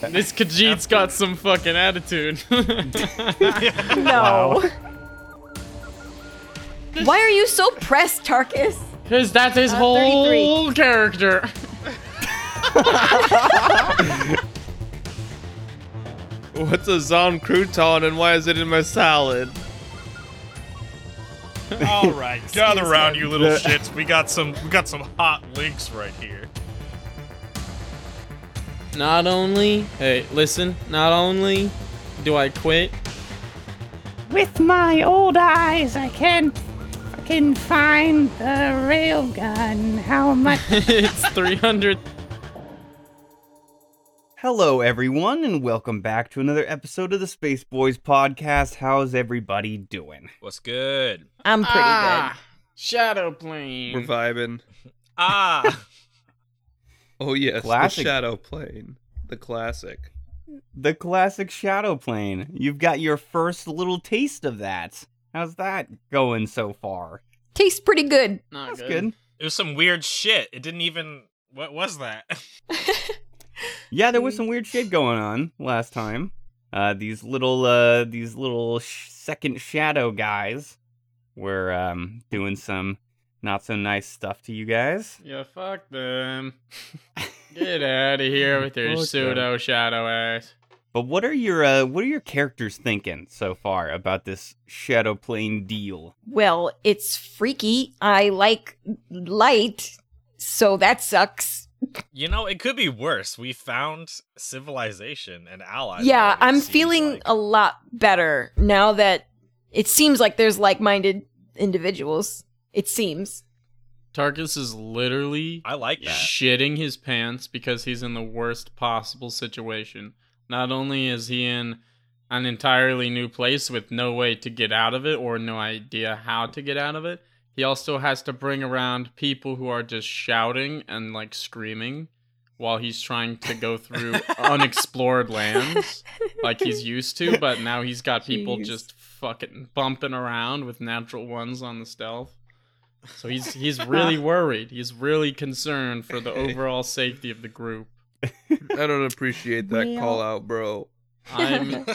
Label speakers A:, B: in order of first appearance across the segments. A: This Khajiit's got some fucking attitude.
B: No. Why are you so pressed, Tarkus?
A: Because that's his whole character.
C: What's a zon crouton and why is it in my salad?
D: All right, gather around, you little shits. We got some, we got some hot links right here.
A: Not only, hey, listen, not only do I quit,
E: With my old eyes, I can fucking find the railgun. How much?
A: it's 300.
F: Hello, everyone, and welcome back to another episode of the Space Boys podcast. How's everybody doing?
G: What's good?
B: I'm pretty
A: Ah, Shadow
C: We're
A: Plane.
C: vibing.
G: Ah,
C: Oh yes,
F: Classic.
C: the shadow plane, the classic.
F: The classic Shadow Plane. You've got your first little taste of that. How's that going so far?
B: good. Tastes pretty good.
A: Not
F: That's
A: good.
F: good.
G: it was some weird shit. It didn't even. What was that?
F: Yeah, there was some weird shit going on last time. Uh, these little, uh, these little sh- second shadow guys were um, doing some not so nice stuff to you guys.
A: Yeah, fuck them. Get out of here with your
F: Fuck
A: pseudo shadow ass.
F: But what are your, uh, what are your characters thinking so far about this shadow plane deal?
B: Well, it's freaky. I like light, so that sucks.
G: You know, it could be worse. We found civilization and allies.
B: yeah,
G: already, it
B: I'm
G: seems
B: feeling
G: like.
B: a lot better now that it seems like there's like minded individuals. It seems.
A: Tarkus is literally
G: I like that.
A: shitting his pants because he's in the worst possible situation. Not only is he in an entirely new place with no way to get out of it or no idea how to get out of it, he also has to bring around people who are just shouting and like screaming while he's trying to go through unexplored lands like he's used to, but now he's got people
B: Jeez.
A: just fucking bumping around with natural ones on the stealth. So he's he's really worried. He's really concerned for the overall safety of the group.
C: I don't appreciate that
E: Well-
C: call out, bro.
A: I'm,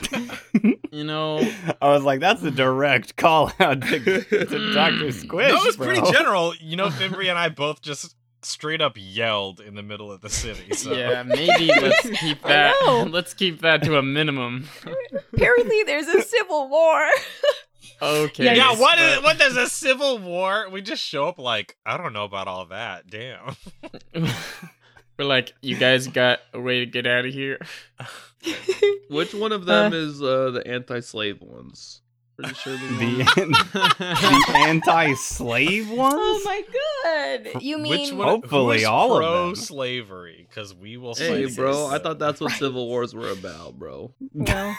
A: you know,
F: I was like, that's a direct call out to, to Dr. Squish.
G: No, it was pretty
F: bro.
G: general. You know, Fimbri and I both just straight up yelled in the middle of the city. So.
A: yeah, maybe let's keep that
B: know.
A: let's keep that to a minimum.
B: Apparently, there's a civil war.
A: Okay.
G: Yeah, what
A: but-
G: is, what there's a civil war? We just show up like, I don't know about all that. Damn.
A: We're like, you guys got a way to get out of here.
C: Which one of them is uh, the anti-slave ones?
A: Pretty sure the
F: The,
A: one-
F: the anti-slave ones?
B: oh my god! You mean
G: Which one?
D: Oh.
F: Hopefully
G: who is
F: all of them.
G: pro-slavery because we will.
C: Hey,
G: slay
C: bro, I
G: this.
C: thought that's what civil wars were about, bro.
B: Well,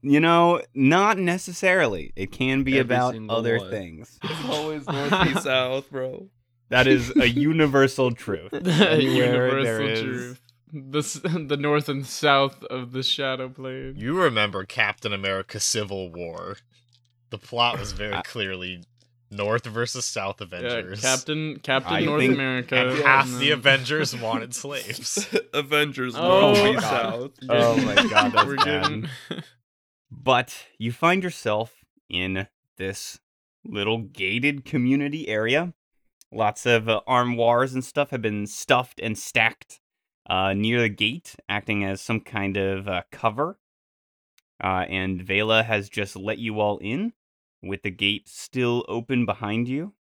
F: You know, not necessarily. It can be
C: Every
F: about
C: single
F: other
C: one.
F: things.
C: It's always north east south, bro.
F: That is a universal truth.
A: the
F: Anywhere there
A: universal
F: is-
A: truth. The s- the north and south of the shadow plane.
G: You remember Captain America: Civil War? The plot was very clearly North versus South
A: Yeah,
G: Avengers.
A: Captain Captain
F: I
A: North
F: think-
A: America.
G: and half
A: and
G: the
A: then-
G: Avengers wanted slaves.
C: Avengers
A: Oh.
C: north east
F: God.
C: south.
F: Oh my God, that's
A: We're
F: bad.
A: getting
F: But you find yourself in this little gated community area. Lots of uh, armoires and stuff have been stuffed and stacked uh, near the gate, acting as some kind of uh, cover. Uh, and Vela has just let you all in, with the gate still open behind you.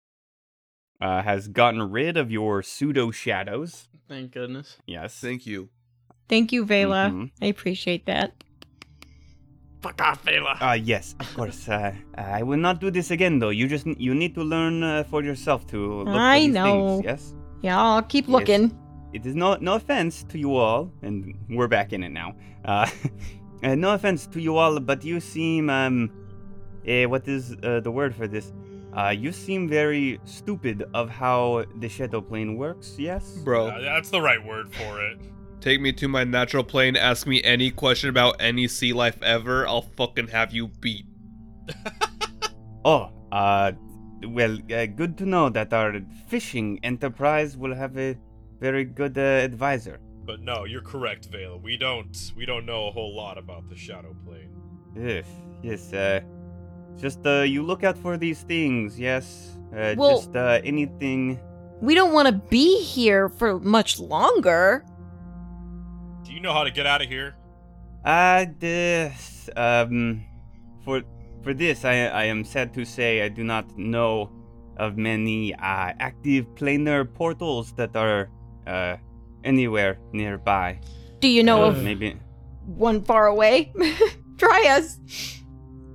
F: Uh, has gotten rid of your pseudo shadows.
A: Thank goodness.
F: Yes.
C: Thank you.
E: Thank you, Vela.
F: Mhm.
E: I appreciate that.
A: Fuck off, Vela.
F: Ah, yes, of course. Uh, I will not do this again, though. You just you need to learn uh, for yourself to look for
E: I
F: these
E: know.
F: things. Yes,
E: Yeah, I'll keep
F: Yes.
E: looking.
F: it is no no offense to you all, and we're back in it now. Uh, uh, no offense to you all, but you seem um, eh, what is uh, the word for this? Uh, you seem very stupid of how the shadow plane works. Yes,
D: Uh,
C: Bro,
D: that's the right word for it.
C: take me to my natural plane, ask me any question about any sea life ever, I'll fucking have you beat.
F: Oh, uh, well, uh, good to know that our fishing enterprise will have a very good uh, advisor.
D: But no, you're correct, Vela. We don't we don't know a whole lot about the Shadow Plane.
F: Yes, yes, uh, just, uh, you look out for these things, yes? Uh,
B: Well-
F: just, uh, anything.
B: We don't want to be here for much longer.
D: Do you know how to get out of here?
F: Uh, this, um, for, for this, I, I am sad to say I do not know of many, uh, active planar portals that are, uh, anywhere nearby.
B: Do you know
F: Uh,
B: of
F: Maybe.
B: one far away? Try us.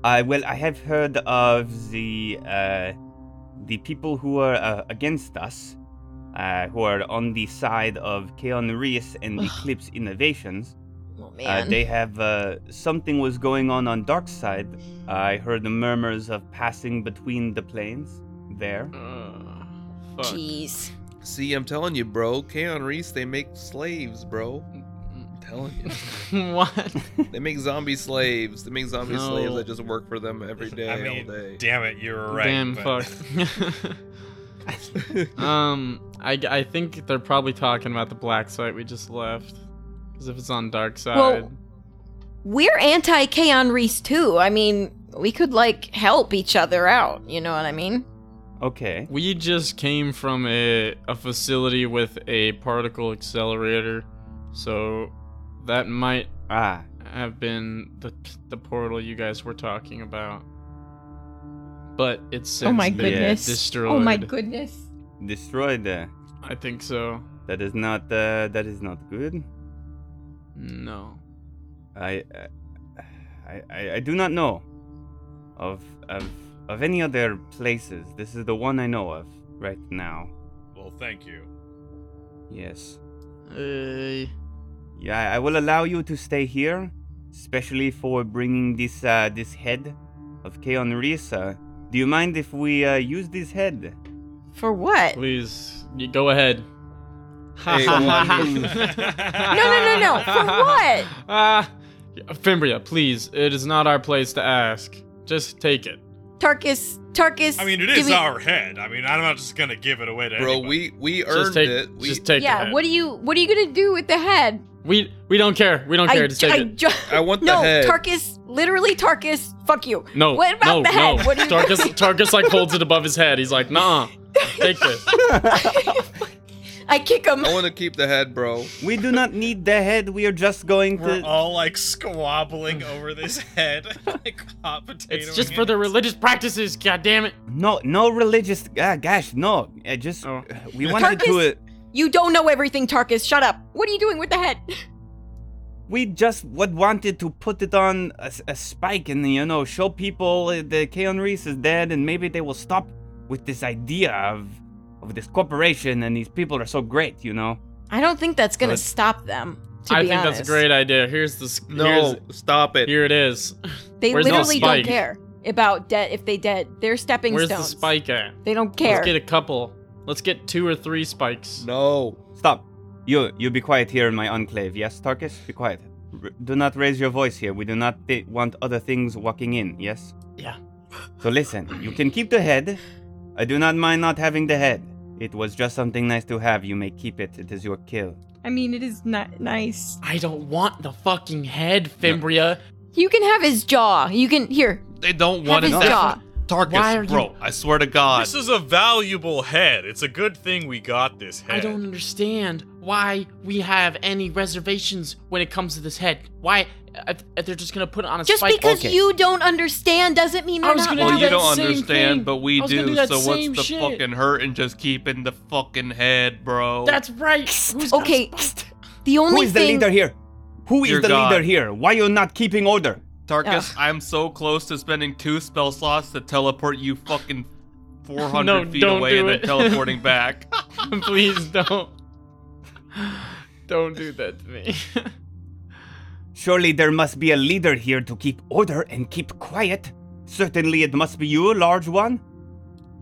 F: Uh, well, I have heard of the uh, the people who are uh, against us, uh, who are on the side of Keon Reese and Eclipse Innovations.
B: Oh
F: Uh,
B: man.
F: they have uh, something was going on on dark side. I heard the murmurs of passing between the planes there.
A: Uh, fuck.
B: Jeez.
C: See, I'm telling you, bro. Kaon Reese, they make slaves, bro. Mm, I'm telling you.
A: what?
C: They make zombie slaves. They make zombie
A: No.
C: slaves that just work for them every day,
D: I mean,
C: all day.
D: damn it, you were right.
A: Damn,
D: but-
A: fuck. um, I, I think they're probably talking about the black site we just left. Because if it's on dark side,
B: We're anti Kaon Reese too. I mean, we could like help each other out. You know what I mean?
F: Okay.
A: we just came from a, a facility with a particle accelerator. So that might
F: Ah,
A: have been the, the portal you guys were talking about. But it's since
B: oh my
A: been
B: goodness.
A: destroyed.
B: Oh my goodness.
F: destroyed. Uh,
A: I think so.
F: that is not. Uh, that is not good.
A: No.
F: I, I, I, I do not know of of of any other places. This is the one I know of right now.
D: well, thank you.
F: Yes.
A: Uh,
F: Yeah, I will allow you to stay here, especially for bringing this uh, this head of Keon Reese. Uh, do you mind if we uh, use this head?
B: For what?
A: Please, you go ahead.
C: Hey, one-
B: no, no, for what?
A: Ah, Fimbria, please. It is not our place to ask. Just take it.
B: Tarkus. Tarkus.
D: I mean, it
B: give
D: is
B: me-
D: our head. I mean, I'm not just gonna give it away to
C: bro,
D: anybody.
C: we we
A: Just
C: earned
A: take.
C: it. We,
A: Just take
B: Yeah.
A: it.
B: What are you? What are you gonna do with the head?
A: we we don't care. We don't care. Just
B: ju-
A: take
B: I
A: it.
B: ju-
C: I want the
B: no,
C: head.
B: Tarkus. Literally, Tarkus. Fuck you.
A: No.
B: What about
A: no,
B: the head?
A: No.
B: What do you-
A: Tarkus, Tarkus like holds it above his head. He's like, nah. Take this.
B: I kick him.
C: I want to keep the head, bro.
F: We do not need the head. We are just going
G: We're
F: to.
G: all like squabbling over this head, like hot potato.
A: It's just for the religious practices. God damn it.
F: No, no religious. Ah, gosh, no. I just uh,
A: Oh.
F: we wanted to.
B: Tarkus-
F: Uh,
B: You don't know everything, Tarkus. Shut up. What are you doing with the head?
F: We just would wanted to put it on a, s- a spike and you know show people that Keon Reese is dead and maybe they will stop with this idea of of this corporation and these people are so great, you know.
B: I don't think that's gonna
A: But-
B: stop them. To
A: I
B: be
A: think
B: honest.
A: that's a great idea. Here's the. s-
C: No, stop
A: Here's,
C: it.
A: here it is.
B: They
A: Where's the
B: literally don't
A: spike?
B: care about dead if they dead. They're stepping
A: Where's
B: stones.
A: the spike at?
B: They don't care.
A: Let's get a couple. Let's get two or three spikes.
C: No.
F: Stop. You you be quiet here in my enclave. Yes, Tarkus, be quiet. R- do not raise your voice here. We do not thi- want other things walking in. Yes.
A: Yeah.
F: So listen, you can keep the head. I do not mind not having the head. It was just something nice to have. You may keep it. It is your kill.
B: I mean, it is not nice.
A: I don't want the fucking head, Fimbria.
B: You can have his jaw. You can here.
C: They don't
B: Have his jaw.
A: Why are
C: Tarkus, bro.
A: you-
C: I swear to God.
D: This is a valuable head. It's a good thing we got this head.
A: I don't understand why we have any reservations when it comes to this head. Why if, if they're just gonna put it on a
B: Just
A: spike?
B: because
F: okay.
B: you don't understand doesn't mean
A: I
B: we're
A: was
B: not.
A: gonna
B: wrong.
A: do
C: Well, you
A: that
C: don't
A: same
C: understand,
A: thing.
C: but we
A: I was gonna
C: do.
A: do that
C: so what's
A: same
C: the
A: shit.
C: fucking hurt in just keeping the fucking head, bro?
A: That's right. Who's got
B: Okay.
A: a spike?
B: The only
F: Who is the
B: thing.
F: leader here? Who is
C: Dear
F: the
C: God.
F: leader here? Why you not keeping order?
C: Tarkus. I'm so close to spending two spell slots to teleport you fucking 400
A: No,
C: feet
A: don't
C: away
A: do
C: and
A: it.
C: then teleporting back.
A: Please don't. Don't do that to me.
F: Surely there must be a leader here to keep order and keep quiet. Certainly it must be you, large one.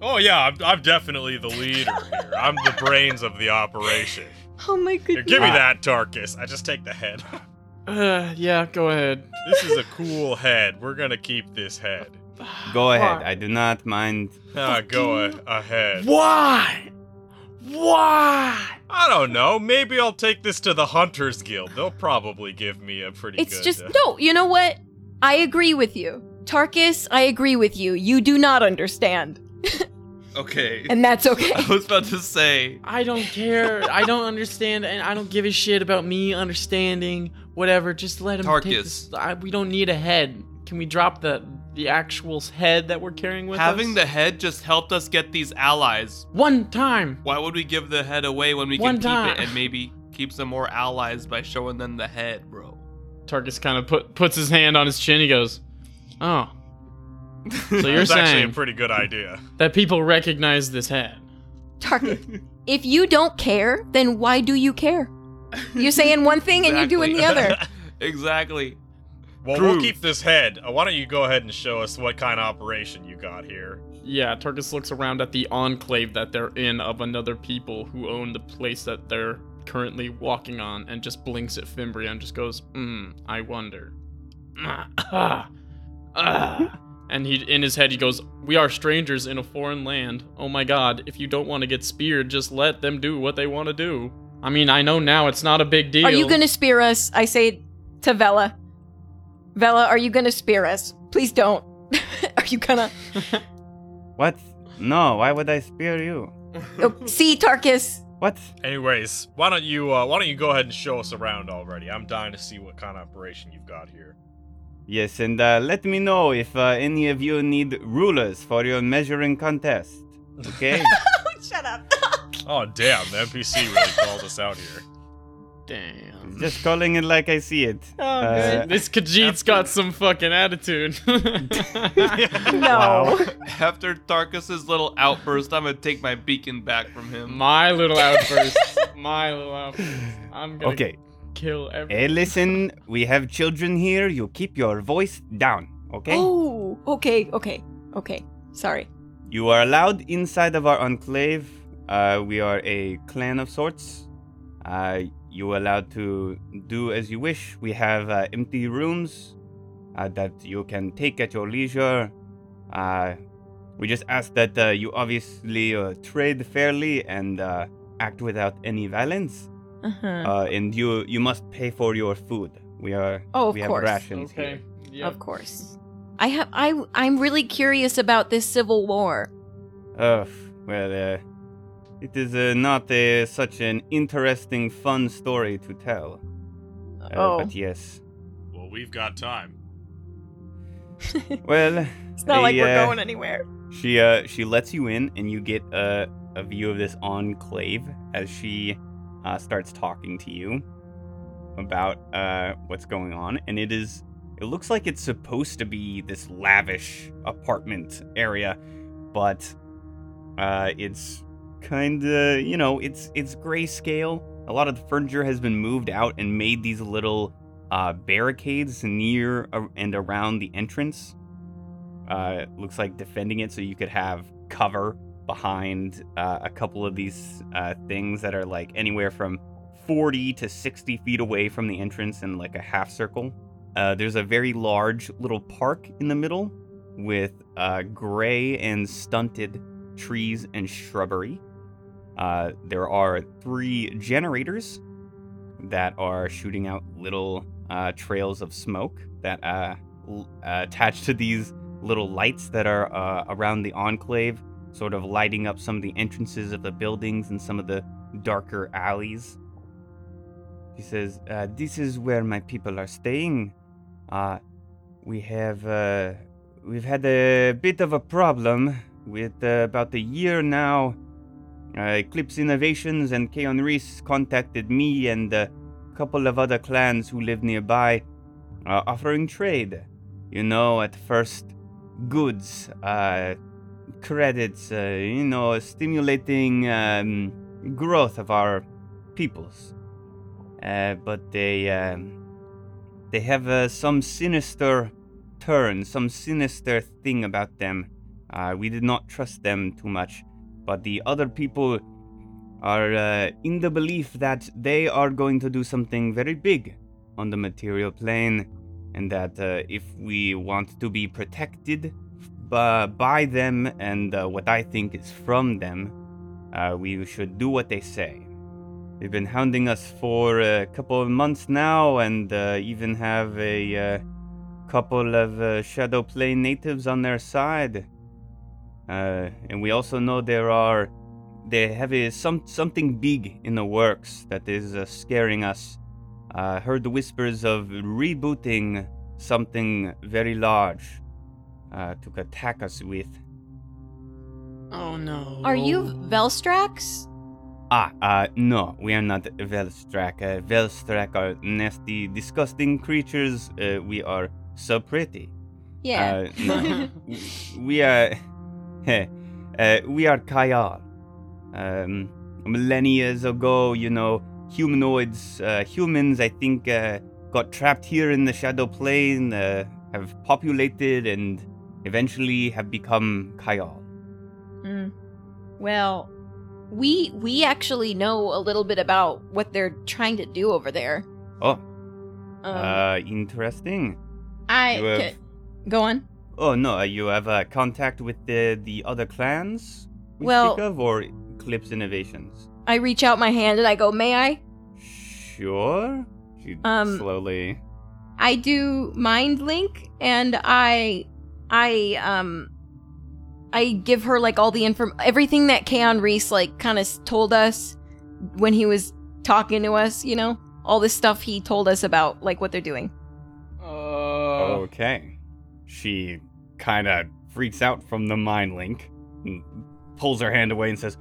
D: Oh yeah, I'm, I'm definitely the leader here. I'm the brains of the operation.
B: Oh my
D: Here,
B: goodness.
D: give me that, Tarkus. I just take the head.
A: uh, yeah, go ahead.
D: This is a cool head. We're gonna keep this head.
F: Go ahead,
A: Why?
F: I do not mind.
D: Ah, go a- ahead.
A: Why?
F: What?
A: Ah!
D: I don't know. Maybe I'll take this to the Hunters Guild. They'll probably give me a pretty
B: It's
D: good.
B: just
D: uh,
B: no. You know what? I agree with you, Tarkus. I agree with you. You do not understand,
C: Okay.
B: and that's okay.
C: I was about to say.
A: I don't care. I don't understand, and I don't give a shit about me understanding. Whatever, just let him take
C: Tarkus.
A: this. I, we don't need a head. Can we drop the the actual head that we're carrying with us?
C: Having the head just helped us get these allies.
A: one time.
C: Why would we give the head away when we
A: One
C: can
A: time.
C: keep it and maybe keep some more allies by showing them the head, bro?
A: Tarkus kind of put puts his hand on his chin. He goes, "Oh, so you're
D: It's actually a
A: saying
D: pretty good idea.
A: that people recognize this head?"
B: Tarkus, if you don't care, then why do you care? You're saying one thing and you're doing the
C: Exactly.
B: other.
C: Exactly.
D: Well,
C: Drew.
D: we'll keep this head. Uh, Why don't you go ahead and show us what kind of operation you got here?
A: Yeah, Tarkus looks around at the enclave that they're in of another people who own the place that they're currently walking on and just blinks at Fimbria and just goes, hmm, I wonder. Ah, ah, ah. and he in his head he goes, We are strangers in a foreign land. Oh my god, if you don't want to get speared, just let them do what they want to do. I mean, I know now it's not a big deal.
B: Are you gonna spear us? I say to Vela. Vela, are you gonna spear us? Please don't. are you gonna?
F: What? No, why would I spear you?
B: Oh, see, Tarkus.
F: What?
D: Anyways, why don't you uh, why don't you go ahead and show us around already? I'm dying to see what kind of operation you've got here.
F: Yes, and uh, let me know if uh, any of you need rulers for your measuring contest. Okay?
B: Shut up.
D: Oh damn, the NPC really called us out here.
A: Damn.
F: Just calling it like I see it.
A: Oh,
F: Uh,
A: good. This Khajiit's got some fucking attitude.
B: No.
F: Wow.
C: After Tarkus's little outburst, I'm gonna take my beacon back from him.
A: My little outburst. My little outburst. I'm gonna
F: Okay.
A: kill everyone.
F: Hey, listen, we have children here. You keep your voice down, okay?
B: Oh, okay, okay, okay. Sorry.
F: You are allowed inside of our enclave. Uh, we are a clan of sorts. Uh, you are allowed to do as you wish. We have uh, empty rooms uh, that you can take at your leisure. Uh, we just ask that uh, you obviously uh, trade fairly and uh, act without any violence.
B: Uh-huh.
F: Uh, and you you must pay for your food. We are
B: Oh, of
F: we have
B: course.
F: rations
A: Okay.
F: here.
A: Yeah.
B: Of course. I have I I'm really curious about this civil war.
F: Ugh, well, uh, it is uh, not uh, such an interesting, fun story to tell. Uh,
B: oh.
F: But yes.
D: Well, we've got time.
F: Well,
B: It's not like we're
F: yeah.
B: going anywhere.
F: she uh, she lets you in, and you get a, a view of this enclave as she uh, starts talking to you about uh, what's going on, and it is. It looks like it's supposed to be this lavish apartment area, but uh, it's kind of you know it's it's grayscale. A lot of the furniture has been moved out and made these little uh, barricades near ar- and around the entrance. Uh, it looks like defending it so you could have cover behind uh, a couple of these uh, things that are like anywhere from 40 to 60 feet away from the entrance in like a half circle. Uh, there's a very large little park in the middle with uh, gray and stunted trees and shrubbery. Uh, there are three generators that are shooting out little uh, trails of smoke that uh, l- uh, attach to these little lights that are uh, around the enclave, sort of lighting up some of the entrances of the buildings and some of the darker alleys. He says, uh, "This is where my people are staying. Uh, we have uh, we've had a bit of a problem with uh, about a year now. Uh, Eclipse Innovations and Kaon Reese contacted me and uh, a couple of other clans who live nearby, uh, offering trade. You know, at first, goods, uh, credits, uh, you know, stimulating um, growth of our peoples. Uh, but they um, they have uh, some sinister turn, some sinister thing about them. Uh, we did not trust them too much, but the other people are uh, in the belief that they are going to do something very big on the material plane, and that uh, if we want to be protected b- by them and uh, what I think is from them, Uh, we should do what they say. They've been hounding us for a couple of months now, and uh, even have a uh, couple of uh, Shadow Plane natives on their side. Uh, and we also know there are they have a, some something big in the works that is uh, scaring us. Uh, heard the whispers of rebooting something very large uh, to attack us with.
A: Oh no.
B: Are you Velstrax?
F: Ah, uh, no, we are not Velstrak. Uh, Velstrak are nasty, disgusting creatures. Uh, we are so pretty.
B: Yeah.
F: Uh, no. we are. Heh, uh, we are Kayar. Um, millennia ago, you know, humanoids, uh, humans, I think, uh, got trapped here in the Shadow Plane, uh, have populated, and eventually have become Kayar.
B: Mm. Well, we we actually know a little bit about what they're trying to do over there.
F: Oh,
B: Um,
F: uh, interesting.
B: I
F: you have-
B: ca- go on.
F: Oh no, uh, you have uh, contact with the the other clans we
B: Well-
F: speak of, or Clips Innovations.
B: I reach out my hand and I go, "May I?"
F: Sure. She
B: Um,
F: slowly.
B: I do mind link and I I um I give her like all the inform everything that Kaon Reese like kind of told us when he was talking to us, you know, all this stuff he told us about like what they're doing.
A: Uh,
B: uh,
A: Oh.
F: Okay. She kind of freaks out from the mind link, and pulls her hand away and says,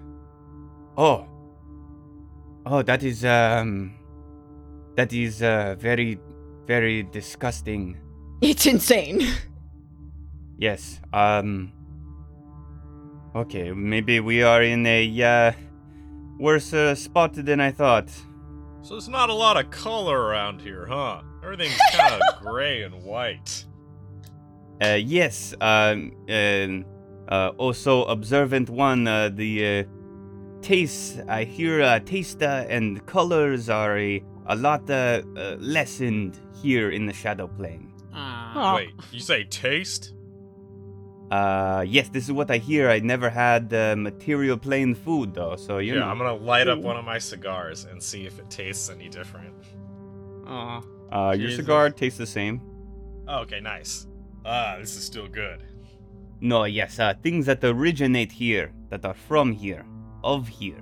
F: "Oh, oh, that is um, that is uh, very, very disgusting."
B: It's insane.
F: Yes. Um. Okay, maybe we are in a uh, worse uh, spot than I thought.
D: So there's not a lot of color around here, huh? Everything's kind of gray and white.
F: Uh, yes. Um. um uh, also, observant one. Uh, the uh, tastes I hear uh, taste uh, and colors are a, a lot uh, uh, lessened here in the shadow plane.
A: Ah.
D: Wait, you say taste?
F: Uh, yes, this is what I hear. I never had uh, material plane food though, so you
D: yeah,
F: know.
D: I'm gonna light up one of my cigars and see if it tastes any different.
A: Aw.
F: uh, your
A: Jesus.
F: cigar tastes the same.
D: Oh, Okay, nice. Ah, this is still good.
F: No, yes, uh, things that originate here, that are from here, of here.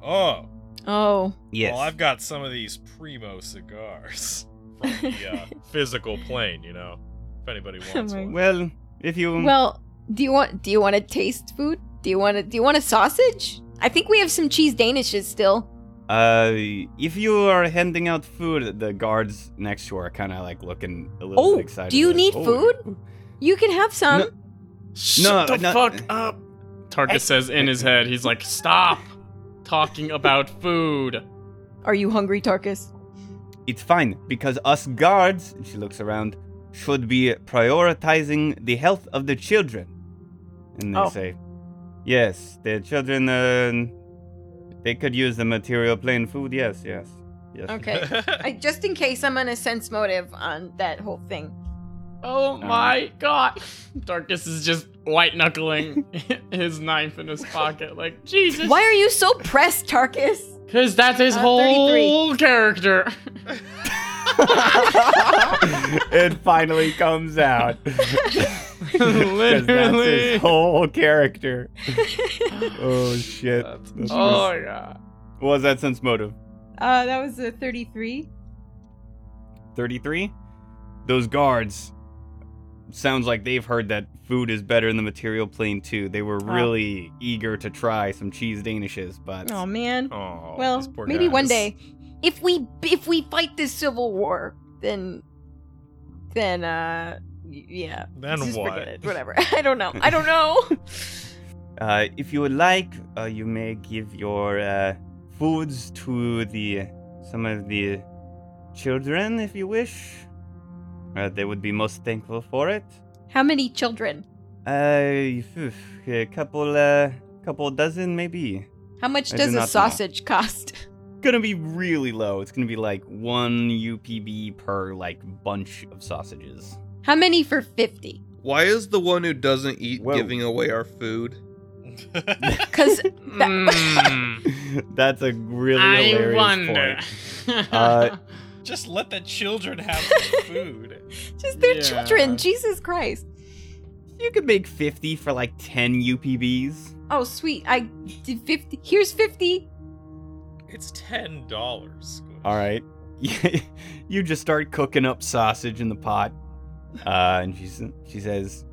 D: Oh,
B: Oh.
F: Yes.
D: well, I've got some of these primo cigars from the uh, physical plane. You know, if anybody
B: Oh
D: wants
B: my
D: one.
F: Well, if you.
D: Mm.
B: Well, do you want do you want to taste food? Do you want to do you want a sausage? I think we have some cheese danishes still.
F: uh, if you are handing out food, the guards next to her are kind of like looking a little
B: Oh,
F: bit excited.
B: do you
F: They're like,
B: need
F: "Oh,
B: food? You can have some.
F: No.
A: Shut
F: No,
A: the
F: no-
A: fuck up. Tarkus
F: Hey.
A: says in his head, he's like, stop talking about food.
B: Are you hungry, Tarkus?
F: It's fine, because us guards, she looks around, should be prioritizing the health of the children. And they
B: Oh.
F: say, yes, the children, uh, they could use the material plane food, yes, yes. Yes.
B: Okay. I, just in case I'm gonna sense motive on that whole thing.
A: Oh
F: Ah.
A: my god. Tarkus is just white knuckling his knife in his pocket, like, Jesus.
B: Why are you so pressed, Tarkus?
A: Because that's his
B: Uh, 33.
A: whole character.
F: it finally comes out. 'Cause That's
A: Literally.
F: his whole character. oh shit. That's
A: Oh
F: worse.
A: my god.
F: What was that sense motive?
B: Uh, that was a 33.
F: 33? Those guards sounds like they've heard that food is better in the material plane too. They were really eager to try some cheese danishes, but
B: Oh man.
D: Oh, these
B: well,
D: poor
B: maybe one
D: guys.
B: day, if we if we fight this civil war, then then uh y- yeah.
D: Then
B: Just forget
D: what?
B: it. Whatever. I don't know. I don't know.
F: Uh, if you would like, uh, you may give your uh, foods to the some of the children if you wish. Uh, they would be most thankful for it.
B: How many children?
F: Uh, phew, a couple, uh, couple dozen maybe.
B: How much
F: I do
B: does
F: not
B: a
F: know.
B: sausage cost?
F: Gonna be really low. It's gonna be like one UPB per like bunch of sausages.
B: How many for 50?
C: Why is the one who doesn't eat
F: Whoa.
C: giving away our food?
B: Because
A: Mm,
F: That's a really
A: I
F: hilarious
A: wonder.
F: point. Uh,
H: Just let the children have the food.
B: just their
A: Yeah.
B: children. Jesus Christ.
F: You could make 50 for like 10 UPBs.
B: Oh, sweet. I did 50. Here's 50.
H: It's ten dollars.
F: All right. you just start cooking up sausage in the pot. Uh, and she, s- she says,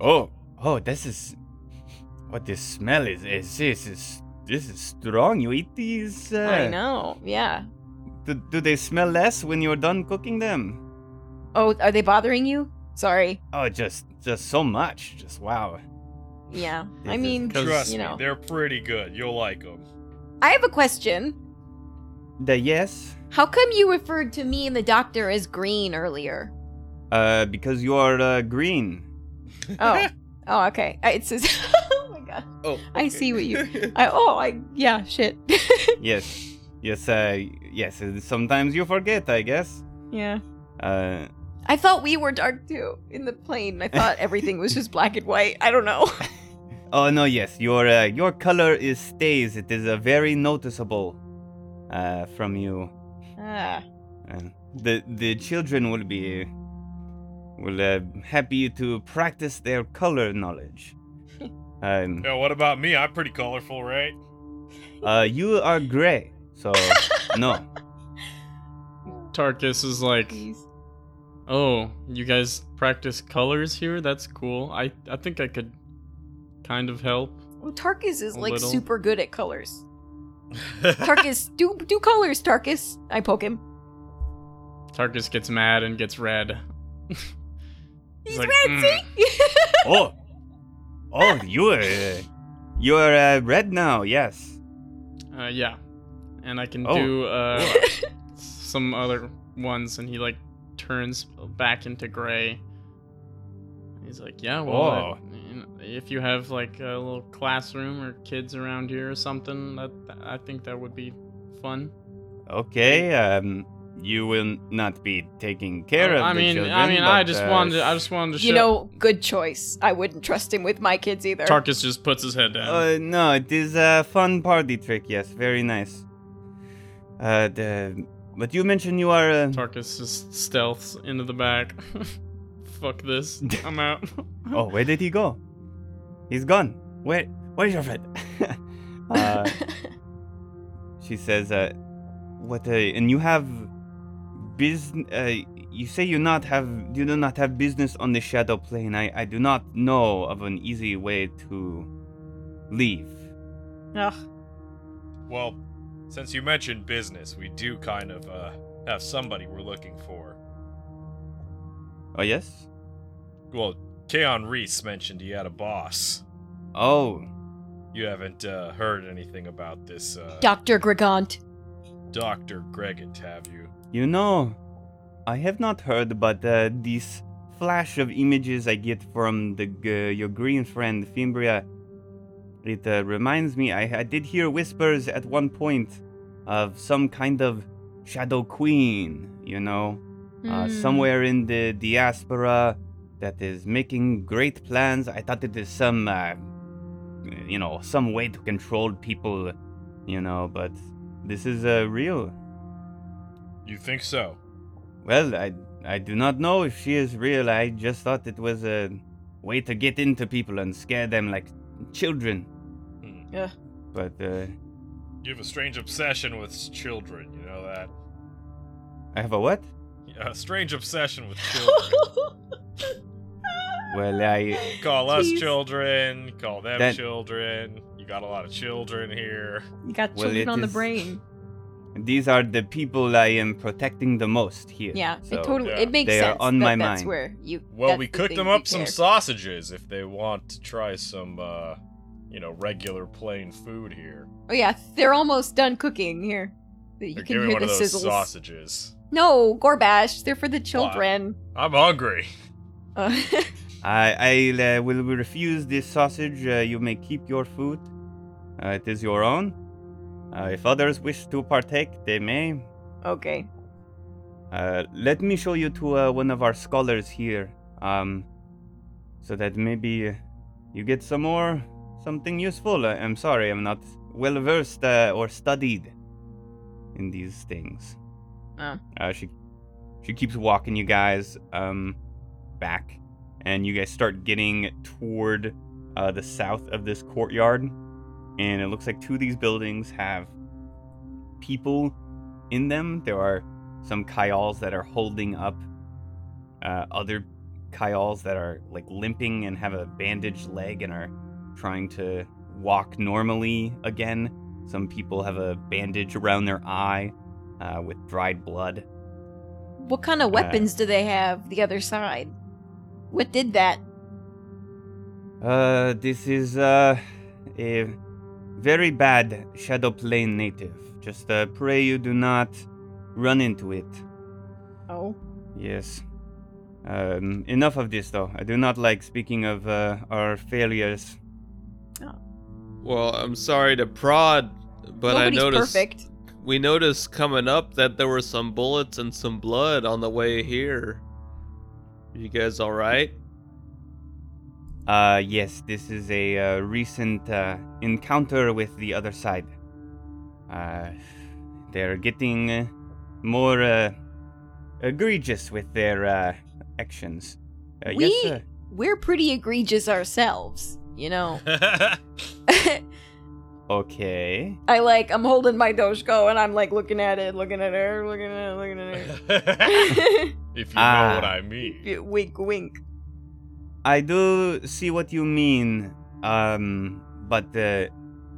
F: Oh, oh, this is. What this smell is, is this is this is strong. You eat these? Uh,
B: I know. Yeah.
F: Do, do they smell less when you're done cooking them?
B: Oh, are they bothering you? Sorry.
F: Oh, just just so much. Just wow.
B: Yeah. I
F: This is-
B: mean,
H: Trust
B: you
H: me,
B: know.
H: they're pretty good. You'll like them.
B: I have a question.
F: The yes.
B: How come you referred to me and the doctor as green earlier?
F: Uh, because you are uh, green.
B: Oh. oh, okay. I- It says. oh my god.
C: Oh,
B: I see what you.
C: you.
B: I, oh, I. Yeah. Shit.
F: yes, yes, uh, yes. uh, Sometimes you forget, I guess.
B: yeah.
F: Uh,
B: I thought we were dark too in the plane. I thought everything was just black and white. I don't know.
F: oh no, yes, your uh, your color is stays. It is uh, very noticeable uh, from you.
B: Ah.
F: Uh, the the children will be will uh, happy to practice their color knowledge. Um,
H: Now, what about me? I'm pretty colorful, right?
F: uh, you are gray, so no.
A: Tarkus is like,
B: Jeez.
A: oh, you guys practice colors here? That's cool. I, I think I could kind of help.
B: Well, Tarkus is
A: A
B: like
A: little.
B: super good at colors. Tarkus, do do colors, Tarkus. I poke him.
A: Tarkus gets mad and gets red.
B: He's,
A: like,
B: red,
A: "Mm."
B: see?
F: Oh, oh, you are uh, you are uh, red now. Yes.
A: Uh, yeah. And I can
F: Oh.
A: do uh, some other ones, and he like turns back into gray. He's like, yeah, well,
F: Whoa.
A: I- you know, if you have like a little classroom or kids around here or something, that I think that would be fun.
F: Okay, um, you will not be taking care of
A: I
F: the
A: mean,
F: children.
A: I mean, I
F: but,
A: just
F: uh,
A: wanted, to, I just wanted to show.
B: you know, er good choice. I wouldn't trust him with my kids either.
A: Tarkus just puts his head down.
F: Uh, no, it is a fun party trick. Yes, very nice. Uh, the, but you mentioned you are. Uh,
A: Tarkus just stealths into the back. Fuck this, I'm out.
F: oh, where did he go? He's gone. Where? Where's your friend? uh, she says, uh, "What? Uh, and you have business? Uh, you say you not have? You do not have business on the shadow plane. I, I do not know of an easy way to leave.
H: Well, since you mentioned business, we do kind of uh, have somebody we're looking for.
F: Oh yes.
H: Well, Keon Reese mentioned he had a boss.
F: Oh,
H: You haven't uh, heard anything about this uh,
B: Dr. Gregant.
H: Dr. Gregant, have you?
F: you know, I have not heard, but uh, this flash of images I get from the g- your green friend Fimbria, it uh, reminds me. I, I did hear whispers at one point of some kind of shadow queen. You know. uh,
B: Hmm.
F: somewhere in the diaspora that is making great plans. I thought it is some, uh, you know, some way to control people, you know, but this is uh, real.
H: You think so?
F: Well, I, I do not know if she is real. I just thought it was a way to get into people and scare them like children.
H: Hmm.
B: Yeah.
F: But uh,
H: You have a strange obsession with children, you know that?
F: I have a what?
H: A strange obsession with children.
F: Well, I.
H: call us
B: Jeez.
H: children, call them
F: That-
H: children. You got a lot of children here.
B: You got
F: Well,
B: children
F: it
B: on the
F: is-
B: brain.
F: These are the people I am protecting the most here.
B: Yeah,
F: so-
B: it totally.
H: yeah,
B: It makes
F: they are
B: sense.
F: on
B: that
F: my
B: that's
F: mind.
B: where you.
D: Well,
B: that's
D: we
B: the
D: cooked
B: thing
D: them
B: you
D: up some
B: care.
D: sausages if they want to try some, uh, you know, regular plain food here.
B: Oh yeah, they're almost done cooking here. You can
D: They're giving
B: hear
D: one
B: the
D: of those
B: sizzles.
D: sausages.
B: No, Gorbash, they're for the children.
D: I'm hungry.
B: Uh,
F: I I uh, will refuse this sausage. Uh, you may keep your food. Uh, it is your own. Uh, if others wish to partake, they may.
B: okay.
F: Uh, let me show you to uh, one of our scholars here, um, so that maybe you get some more something useful. I- I'm sorry, I'm not well versed uh, or studied in these things.
B: Oh.
F: Uh, she she keeps walking you guys um back, and you guys start getting toward uh, the south of this courtyard, and it looks like two of these buildings have people in them. There are some kyals that are holding up uh, other kyals that are like limping and have a bandaged leg and are trying to walk normally again. Some people have a bandage around their eye uh, with dried blood.
B: What kind
D: Uh.
B: of weapons do they have the other side? What did that?
F: Uh, this is uh, a very bad shadow plane native. Just uh, pray you do not run into it.
B: Oh.
F: Yes. Um, enough of this, though. I do not like speaking of uh, our failures.
C: Well, I'm sorry to prod, but
B: Nobody's
C: I noticed
B: perfect.
C: we noticed coming up that there were some bullets and some blood on the way here. You guys all right?
F: Uh, yes, this is a uh, recent uh, encounter with the other side. Uh, they're getting uh, more uh, egregious with their uh, actions. Uh,
B: We-
F: Yes, sir.
B: We're pretty egregious ourselves, you know.
F: Okay.
B: I like I'm holding my Dogeco and I'm like looking at it, looking at her, looking at it, looking at it.
D: If you know what
F: Ah.
D: I mean.
B: Yeah, wink, wink.
F: I do see what you mean, um, but uh,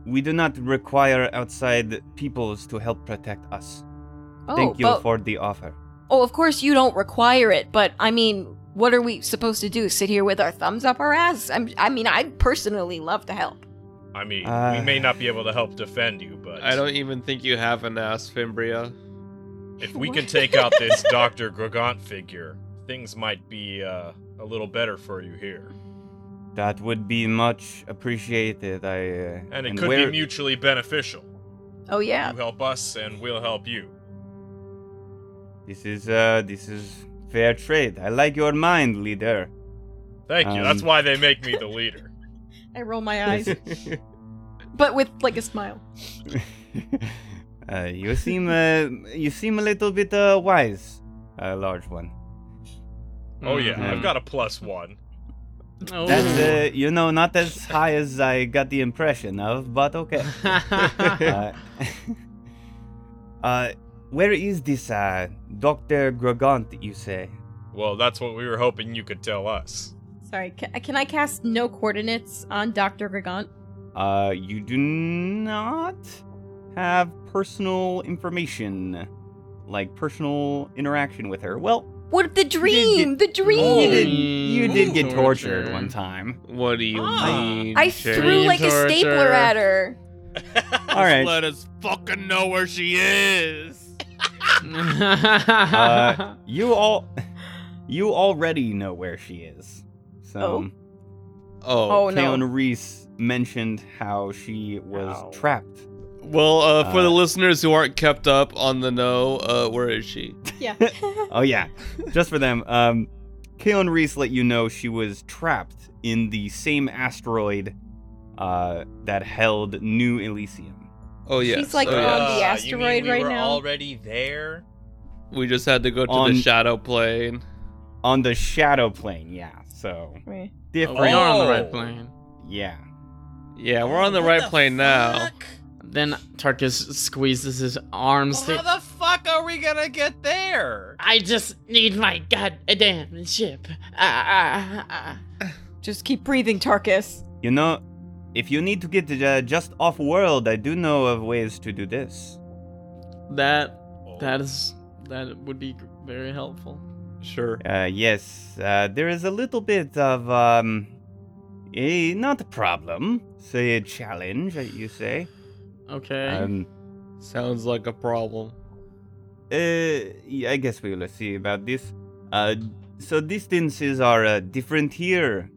F: we do not require outside peoples to help protect us.
B: Oh,
F: Thank you
B: but-
F: for the offer.
B: oh, of course you don't require it, but I mean, what are we supposed to do? Sit here with our thumbs up our ass? I'm, I mean, I'd personally love to help.
D: I mean,
F: Uh,
D: we may not be able to help defend you, but
C: I don't even think you have an ass, Fimbria.
D: if we can take out this Dr. Gragant figure, things might be uh, a little better for you here.
F: That would be much appreciated. I uh,
D: And it could
F: where-
D: be mutually beneficial.
B: Oh yeah,
D: You help us, and we'll help you.
F: This is uh, this is fair trade. I like your mind, leader.
D: Thank you. That's
F: Um,
D: why they make me the leader.
B: I roll my eyes, but with like a smile.
F: uh, you seem uh, you seem a little bit uh, wise, uh, large one.
D: Oh yeah,
F: Mhm.
D: I've got a plus one.
A: Mm-hmm. Oh.
F: That's uh, you know not as high as I got the impression of, but okay. uh, uh, where is this uh, Doctor Gragant? You say?
D: Well, that's what we were hoping you could tell us.
B: Sorry, can, can I cast no coordinates on Doctor Gargant?
F: Uh, you do not have personal information, like personal interaction with her. Well,
B: What the dream? The
F: you did.
B: dream.
F: You did get tortured one time.
C: What do you
A: Ah.
C: mean?
B: I
C: Jay?
B: threw
A: Dream
B: like a stapler
A: torture.
B: at her.
F: All right.
C: Let us fucking know where she is.
A: uh,
F: You all, you already know where she is. So,
C: Oh.
B: Oh
F: Kaon
B: no.
F: Reese mentioned how she was
A: Ow.
F: trapped.
C: Well, uh, for
F: Uh,
C: the listeners who aren't kept up on the know, uh, where is she?
B: Yeah.
F: Oh yeah, just for them. Um, Kaon Reese let you know she was trapped in the same asteroid uh, that held New Elysium.
C: Oh yeah.
B: She's like, on
C: oh,
D: Uh,
C: yes.
B: the asteroid right now?
G: already there?
C: We just had to go to
F: on-
C: the shadow plane.
F: on the shadow plane. Yeah, so
A: we
F: different.
A: are on the
G: Oh.
A: right plane.
F: Yeah.
C: Yeah, we're on the
G: What
C: right plane now.
G: fuck?
A: Then Tarkus squeezes his arms.
G: Well,
A: to-
G: how the fuck are we gonna get there?
A: I just need my goddamn ship. Ah, ah, ah,
B: Just keep breathing, Tarkus.
F: You know, if you need to get uh, just off world, I do know of ways to do this.
A: ah. That
D: Oh,
A: that is that would be gr- very helpful.
C: Sure.
F: Uh, yes, uh, there is a little bit of um, a not a problem, say a challenge, uh, you say.
A: Okay.
F: Um,
C: Sounds like a problem.
F: Uh, yeah, I guess we will see about this. Uh, so distances are uh, different here.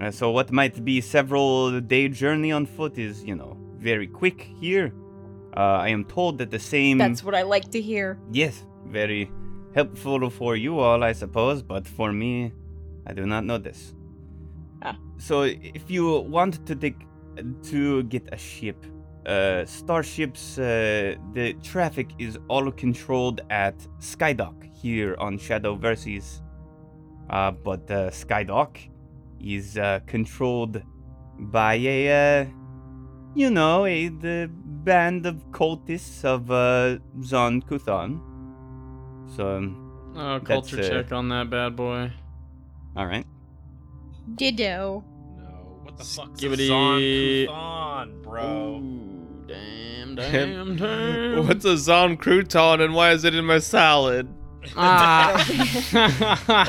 F: Uh, so what might be several day journey on foot is, you know, very quick here. Uh, I am told that the same.
B: That's what I like to hear.
F: yes, very helpful for you all, I suppose. But for me, I do not know this.
B: Ah.
F: So if you want to take to get a ship. Uh, starships, uh, the traffic is all controlled at Skydock here on Shadow Verses. Uh, but uh, Skydock is uh, controlled by a, uh, you know, a the band of cultists of uh, Zon Kuthan. So, um,
A: Oh,
F: That's,
A: culture
F: uh,
A: check on that bad boy.
F: all right.
B: Ditto.
H: No, what the fuck's
A: Skibbity-
H: a Zonkuthan, bro?
A: Ooh, damn, damn, damn.
C: What's a Zon crouton and why is it in my salad?
A: Ah.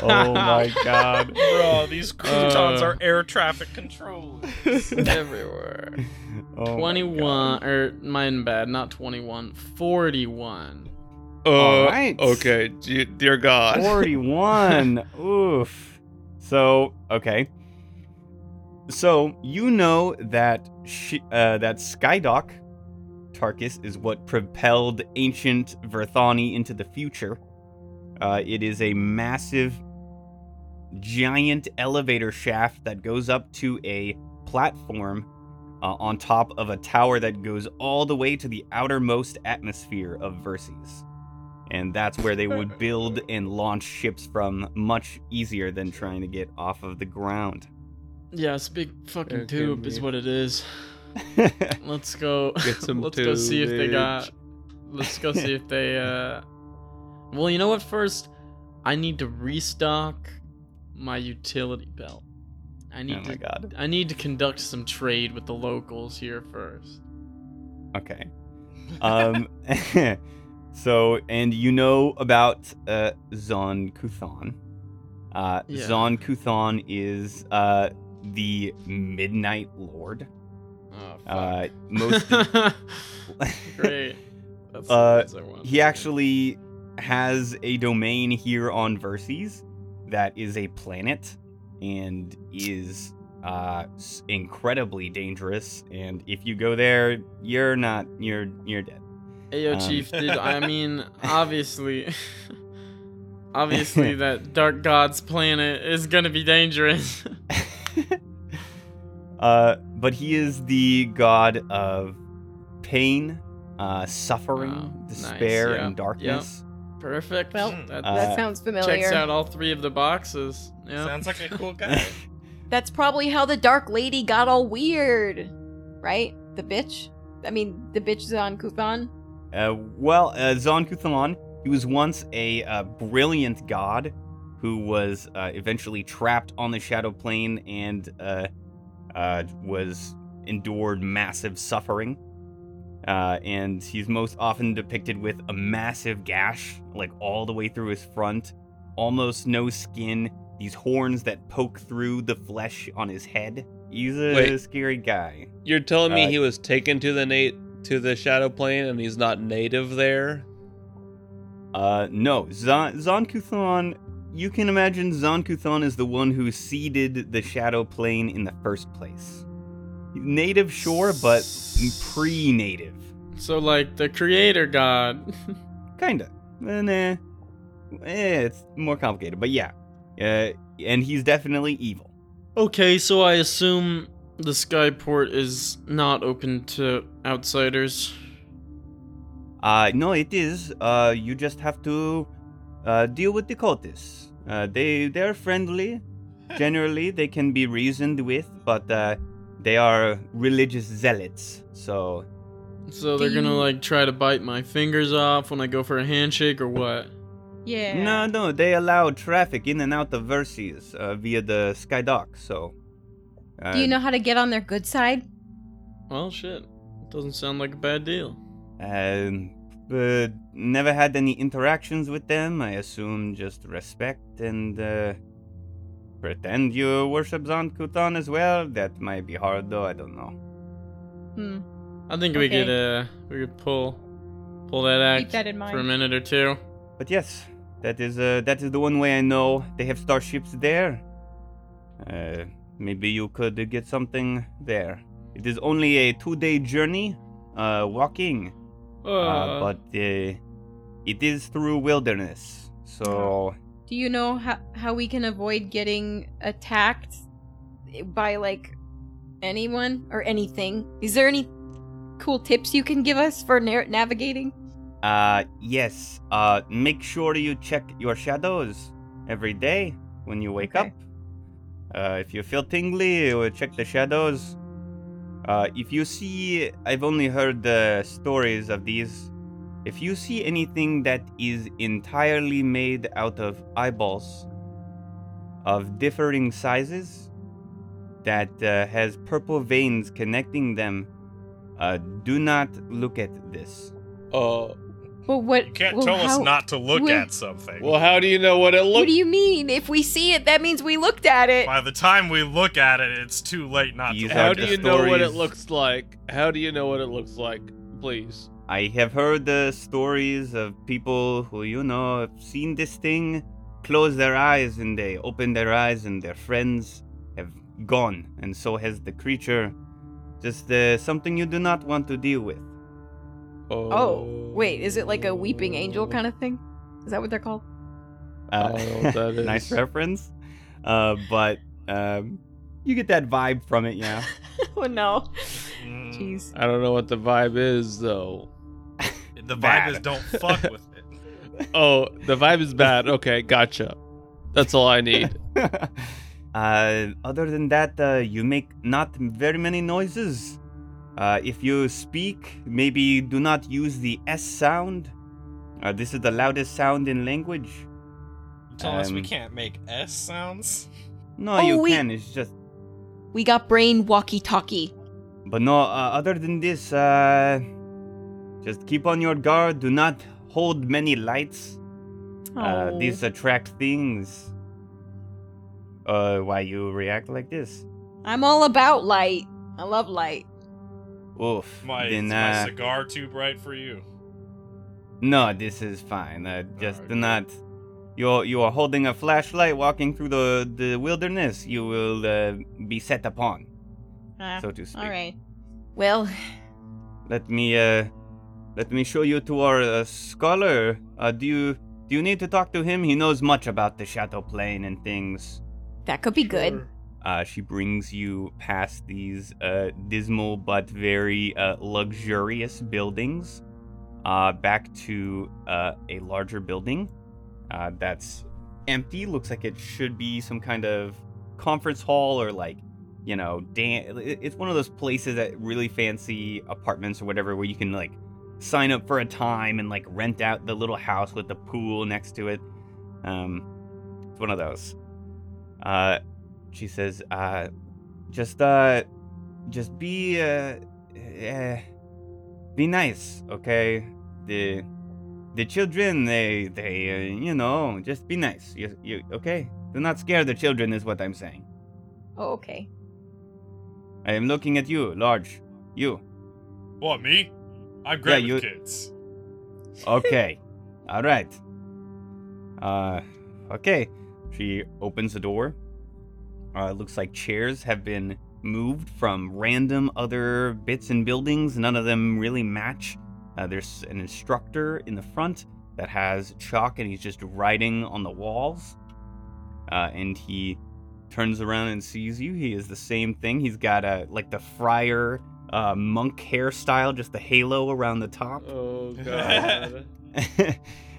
F: Oh my god.
H: Bro, these croutons
A: Uh.
H: are air traffic controllers.
A: Everywhere.
F: Oh my
A: 21, or er, mine bad, not 21, 41.
C: Uh,
F: All right.
C: Okay, gee- dear God.
F: 41. Oof. So, okay. So, you know that she, uh, that Skydock Tarkus is what propelled ancient Verthani into the future. Uh, it is a massive giant elevator shaft that goes up to a platform uh, on top of a tower that goes all the way to the outermost atmosphere of Verses and that's where they would build and launch ships from much easier than trying to get off of the ground.
A: Yeah, it's a big fucking
C: Okay,
A: tube is
C: me.
A: what it is.
F: Oh
A: Let's go.
C: Get some
A: let's go see if they
C: tubage.
A: got. Let's go see if they. uh Well, you know what? First, I need to restock my utility belt. I
F: oh
A: need
F: my
A: to.
F: god.
A: I need to conduct some trade with the locals here first.
F: Okay. Um so and you know about uh Zon Kuthan. Uh
A: Yeah.
F: Zon Kuthan is uh the Midnight Lord.
A: Oh, fuck.
F: Uh most
A: Great. That's
F: Uh,
A: the words I want.
F: He actually has a domain here on Verses that is a planet and is uh, s- incredibly dangerous. And if you go there, you're not you're you're dead.
A: Ayo,
F: Um,
A: Chief, dude, I mean, obviously. obviously, that Dark God's planet is gonna be dangerous.
F: uh, but he is the god of pain, uh, suffering,
A: Oh, nice,
F: despair,
A: yeah,
F: and
A: yeah.
F: darkness.
A: Perfect.
B: Well,
A: that
F: Uh,
B: that sounds familiar.
A: checks out all three of the boxes. Yeah.
H: Sounds like a cool guy.
B: That's probably how the Dark Lady got all weird, right? The bitch. I mean, the bitch is on Kuthan.
F: Uh, well, uh, Zon Kuthalan, he was once a uh, brilliant god who was uh, eventually trapped on the Shadow Plane and uh, uh, was endured massive suffering. Uh, and he's most often depicted with a massive gash, like all the way through his front, almost no skin, these horns that poke through the flesh on his head. He's a
C: Wait.
F: scary guy.
C: You're telling me
F: Uh,
C: he was taken to the Nate to the Shadow Plane and he's not native there?
F: Uh, no, Zon Zonkuthon. You can imagine Zonkuthon is the one who seeded the Shadow Plane in the first place. Native, sure, but pre-native,
A: So, like, the creator god.
F: kinda. Eh, nah, eh, it's more complicated, but yeah. Uh, and he's definitely evil.
A: okay, so I assume the Skyport is not open to outsiders.
F: Uh, no, it is. Uh, you just have to uh, deal with the cultists. Uh, they they're friendly. Generally, they can be reasoned with, but uh, they are religious zealots. So
A: So they're
B: Do
A: gonna,
B: you-
A: like, try to bite my fingers off when I go for a handshake or what?
B: Yeah.
F: no, no, they allow traffic in and out of Verses uh, via the sky dock. So uh,
B: Do you know how to get on their good side?
A: Well, shit. Doesn't sound like a bad deal.
F: Um, but never had any interactions with them. I assume just respect and uh, pretend you worship Zon Kutan as well. That might be hard, though. I don't know.
B: Hmm.
A: I think we
B: Okay.
A: could uh we could pull pull that act
E: Keep that in mind.
A: for a minute or two.
F: But yes, that is uh, that is the one way I know they have starships there. Uh, maybe you could get something there. It is only a two-day journey, uh, walking. Uh,
G: Ah,
F: but uh, it is through wilderness, so.
B: Do you know how, how we can avoid getting attacked by like anyone or anything. Is there any cool tips you can give us for na- navigating?
F: Uh, yes. Uh, make sure you check your shadows every day when you wake
B: Okay.
F: up. Uh, if you feel tingly, you will check the shadows. Uh, if you see, I've only heard the stories of these. If you see anything that is entirely made out of eyeballs of differing sizes that uh, has purple veins connecting them, uh, do not look at this.
C: Uh,
B: Well, what?
D: You can't
B: well,
D: tell us
B: how-
D: not to look
B: we-
D: at something.
C: well, how do you know what it
B: What
C: looks?
B: do you mean? If we see it, that means we looked at it.
D: By the time we look at it, it's too late not
F: These
D: to.
F: are
C: How
D: look
C: do
F: the
D: at
C: you
D: it.
C: know what it
F: stories.
C: looks like? How do you know what it looks like? Please.
F: I have heard the stories of people who, you know, have seen this thing, close their eyes and they open their eyes and their friends have gone, and so has the creature. Just uh, something you do not want to deal with.
C: Oh,
B: Oh, wait, is it like a weeping angel kind of thing? Is that what they're called?
F: Uh,
C: Oh, that
F: nice
C: is-
F: reference. Uh, but um, you get that vibe from it, yeah.
B: oh no.
D: Mm,
B: Jeez.
C: I don't know what the vibe is though.
D: Mm, The vibe
F: Bad.
D: is don't fuck with it.
C: Oh, the vibe is bad. Okay, gotcha. That's all I need.
F: uh, other than that, uh, you make not very many noises. Uh, if you speak, maybe do not use the S sound. Uh, this is the loudest sound in language.
G: Tell us we
F: Um,
G: can't make S sounds.
F: No,
B: Oh,
F: you
B: we-
F: can. It's just.
B: We got brain walkie talkie.
F: But no, uh, other than this, uh, just keep on your guard. Do not hold many lights.
B: Oh.
F: Uh, these attract things. Uh, why you react like this?
B: Oh, I'm all about light. I love light.
F: Oof.
D: My,
F: then,
D: is
F: uh,
D: my cigar too bright for you?
F: No, this is fine. Uh, just do not. You're you are holding a flashlight, walking through the the wilderness. You will uh, be set upon,
B: Ah,
F: so to speak.
B: all right. Well,
F: Let me uh, let me show you to our uh, scholar. Uh, do you do you need to talk to him? He knows much about the shadow plane and things.
B: that could be good.
F: Uh, she brings you past these uh, dismal but very uh, luxurious buildings uh, back to uh, a larger building uh, that's empty. Looks like it should be some kind of conference hall or like, you know, dan- it- it's one of those places that really fancy apartments or whatever where you can like sign up for a time and like rent out the little house with the pool next to it. Um, it's one of those. Uh, she says, uh, just, uh, just be, uh, eh, be nice, okay? The, the children, they, they, uh, you know, just be nice. You, you, okay? Do not scare the children, is what I'm saying.
B: Oh, okay.
F: I am looking at you, large. You.
D: What, me? I'm great
F: Yeah,
D: with
F: you-
D: kids.
F: Okay. All right. Uh, okay. She opens the door. Uh, it looks like chairs have been moved from random other bits and buildings. None of them really match. Uh, there's an instructor in the front that has chalk and he's just writing on the walls. Uh, and he turns around and sees you. He is the same thing. He's got a like the friar uh, monk hairstyle, just the halo around the top.
C: Oh god.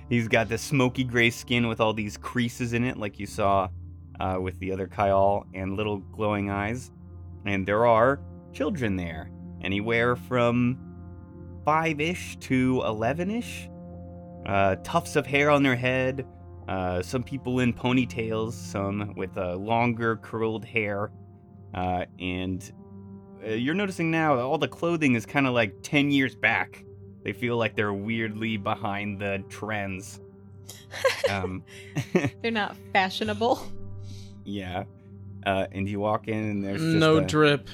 F: He's got this smoky gray skin with all these creases in it, like you saw uh, with the other Kyle, and little glowing eyes. And there are children there, anywhere from five ish to 11 ish. Uh, tufts of hair on their head, uh, some people in ponytails, some with uh, longer curled hair. Uh, and uh, you're noticing now all the clothing is kind of like 10 years back. They feel like they're weirdly behind the trends. Um,
B: They're not fashionable.
F: yeah. Uh, and you walk in and there's just
A: No
F: a-
A: drip.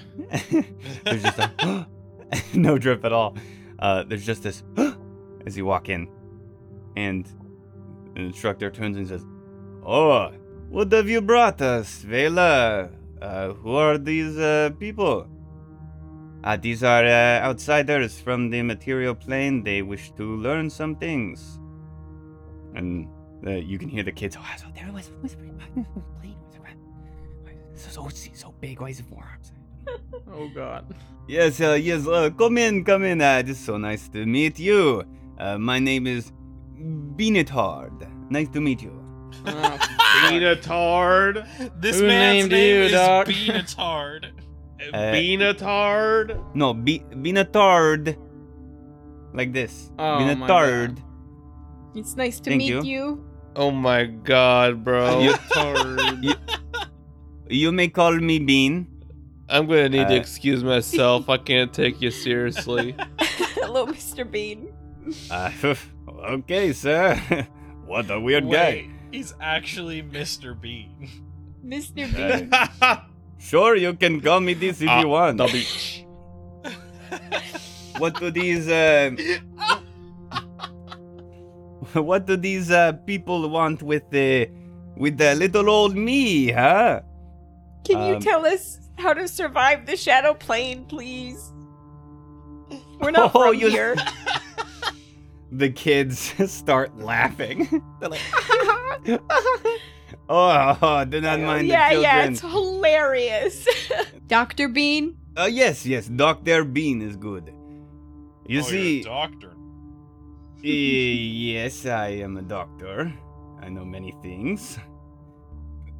F: there's just a no drip at all. Uh, there's just this as you walk in, and the instructor turns and says, "Oh, what have you brought us, Vela? Uh, who are these uh, people?" Uh, these are uh, outsiders from the material plane. They wish to learn some things, and uh, you can hear the kids. Oh, so there was whispering. Plane was around. So so so big. Why is it four arms?
A: Oh god.
F: Yes, uh, yes, uh, come in, come in. Uh, it is so nice to meet you. Uh, my name is Beanetard. Nice to meet you.
A: Oh,
C: Beanetard.
G: Ah, This
A: Who
G: man's
A: named
G: name
A: you,
G: is
A: doc?
G: Beanetard.
A: Uh,
C: Beanetard.
F: Uh, No, be- Beanetard. Like this.
A: Oh, my
F: Beanetard.
B: It's nice to
F: Thank
B: meet
F: you.
B: you.
C: Oh my god, bro.
F: You may call me Bean.
C: I'm gonna need to
F: Uh,
C: excuse myself. I can't take you seriously.
B: Hello, Mr. Bean.
F: Uh, okay, sir. what a weird
G: Wait,
F: guy.
G: he's actually Mr. Bean.
B: Mr.
F: Uh,
B: Bean.
D: Oh,
F: Sure, you can call me this if
C: Ah,
F: you want.
C: the beach.
F: What do these uh, What do these uh, people want with the with the little old me, huh?
B: Can you
F: um,
B: tell us how to survive the shadow plane, please? We're not
F: Oh,
B: from
F: you-
B: here.
F: The kids start laughing. They're like, oh, do not mind
B: yeah,
F: the
B: yeah,
F: children.
B: it's hilarious. Dr. Bean?
F: uh, yes, yes, Doctor Bean is good. You
H: Oh,
F: see,
H: you're a doctor.
F: Eh, yes, I am a doctor. I know many things,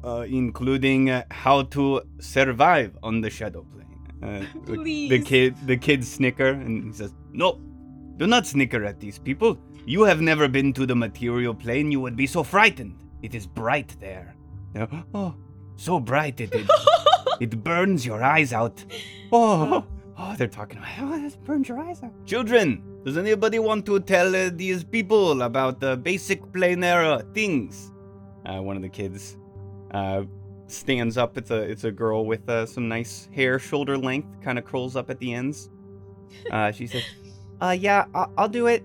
F: uh, including uh, how to survive on the shadow plane. Uh, the- The
B: Please.
F: kid, the kids snicker, and he says, "No, do not snicker at these people. You have never been to the material plane. You would be so frightened. It is bright there. Now, oh, so bright it it, it burns your eyes out. Oh, oh, they're talking about oh, this burns your eyes out. Children, does anybody want to tell uh, these people about the basic planar uh, things? Uh, one of the kids uh, stands up. It's a it's a girl with uh, some nice hair, shoulder length, kind of curls up at the ends. Uh, she says, "Uh, yeah, I- I'll do it."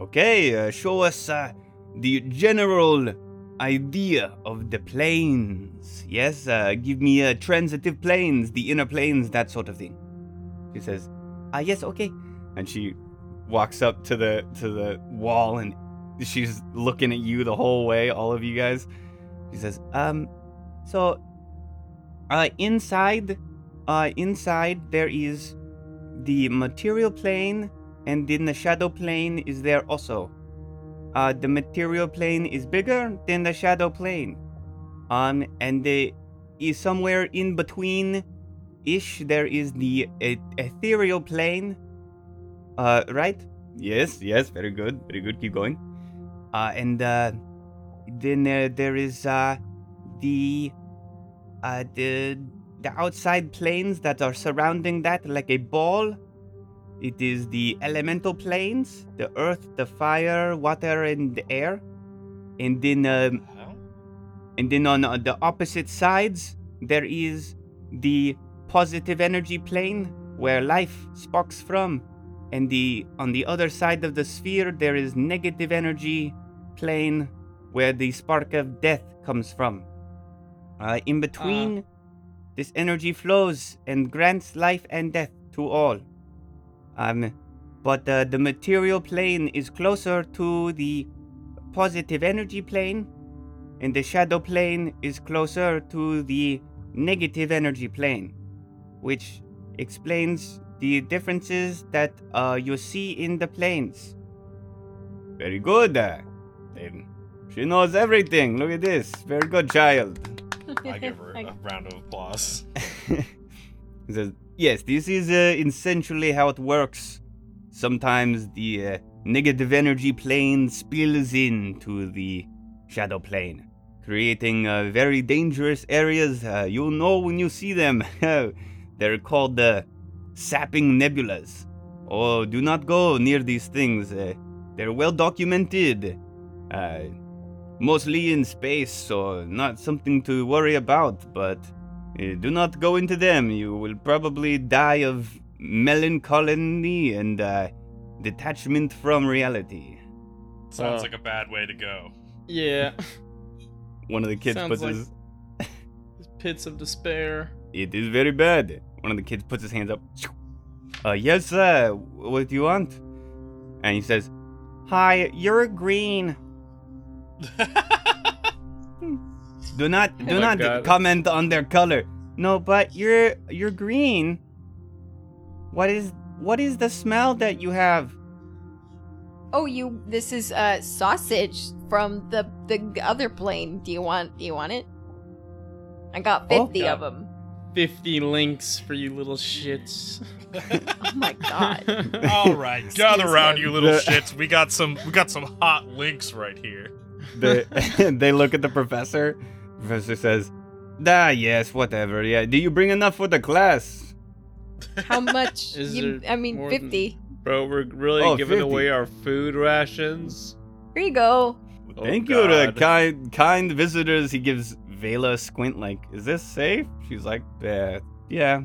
F: Okay, uh, show us uh, the general idea of the planes. Yes, uh, give me uh, transitive planes, the inner planes, that sort of thing. She says, "Ah, yes, okay." And she walks up to the to the wall and she's looking at you the whole way, all of you guys. She says, "Um, so, uh, inside, uh, inside there is the material plane, and in the shadow plane is there also. Uh, the material plane is bigger than the shadow plane. Um, and the is somewhere in between, ish. There is the e- ethereal plane. Uh, right? Yes, yes, very good, very good. Keep going. Uh, and uh, then uh, there is uh, the uh, the the outside planes that are surrounding that like a ball. It is the elemental planes: the earth, the fire, water, and the air. And then um, and then on uh, the opposite sides there is the positive energy plane where life sparks from. And the on the other side of the sphere there is negative energy plane where the spark of death comes from. Uh, in between, this energy flows and grants life and death to all. Um, but uh, the material plane is closer to the positive energy plane, and the shadow plane is closer to the negative energy plane, which explains the differences that uh, you see in the planes. Very good. uh, um, she knows everything. Look at this. Very good child.
H: I give her a round of applause.
F: He says, yes, this is uh, essentially how it works. Sometimes the uh, negative energy plane spills into the shadow plane, creating uh, very dangerous areas. Uh, you'll know when you see them. They're called uh, sapping nebulas. Oh, do not go near these things. Uh, they're well documented. Uh, mostly in space, so not something to worry about, but uh, Do not go into them. You will probably die of melancholy and uh, detachment from reality.
H: Sounds
C: Uh.
H: like a bad way to go.
A: Yeah.
F: One of the kids
A: Sounds
F: puts
A: like-
F: his.
A: Pits of despair.
F: It is very bad. One of the kids puts his hands up. Uh, yes, sir. What do you want? And he says, "Hi, you're green. do not, do
A: my
F: not
A: God. Oh
F: comment on their color. No, but you're you're green. What is what is the smell that you have?
B: Oh, you. This is uh sausage from the the other plane. Do you want? Do you want it? I got
F: Oh,
B: fifty
A: God.
B: of them.
A: 50 links for you little shits.
B: Oh my god.
D: All right, gather
B: Excuse
D: around,
B: me.
D: you little
F: The-
D: shits. We got some. We got some hot links right here.
F: They they look at the professor. Professor says, "Ah, yes, whatever. Yeah, do you bring enough for the class?"
B: How much?
A: Is
B: you,
A: there
B: I mean,
A: more than-
B: fifty.
C: Bro, we're really
F: Oh,
C: giving
F: 50.
C: away our food rations.
B: Here you go.
C: Oh,
F: Thank you to
C: God.
F: kind kind visitors. He gives Vela a squint like, "Is this safe?" She's like, "Yeah, yeah."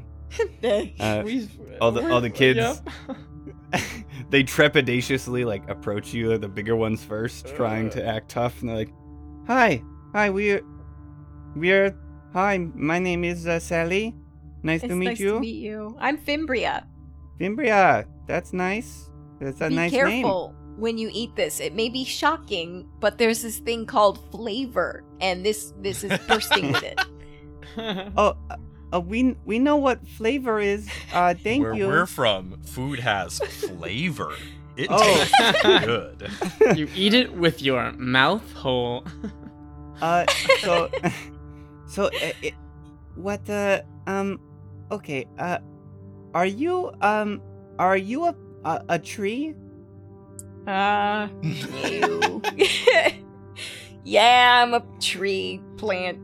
F: Uh,
A: We-
F: all the- all the kids.
A: Yep.
F: they trepidatiously like approach you, the bigger ones first,
C: Uh.
F: trying to act tough, and they're like, "Hi, hi, we're, we're, hi, my name is uh, Sally. Nice
B: It's
F: to meet
B: nice
F: you,
B: to meet you. I'm Fimbria.
F: Fimbria. That's nice. That's a
B: Be
F: nice name.
B: careful when you eat this. It may be shocking, but there's this thing called flavor, and this this is bursting with it.
F: Oh, uh, uh, we we know what flavor is. Uh, thank
H: Where
F: you.
H: we're from, food has flavor. It
F: Oh.
H: tastes good.
A: you eat it with your mouth hole.
F: Uh, so, so, uh, it, what, uh, um, okay, uh, are you, um, are you a, a, a tree?
E: Uh,
B: Ah, You. yeah, I'm a tree plant.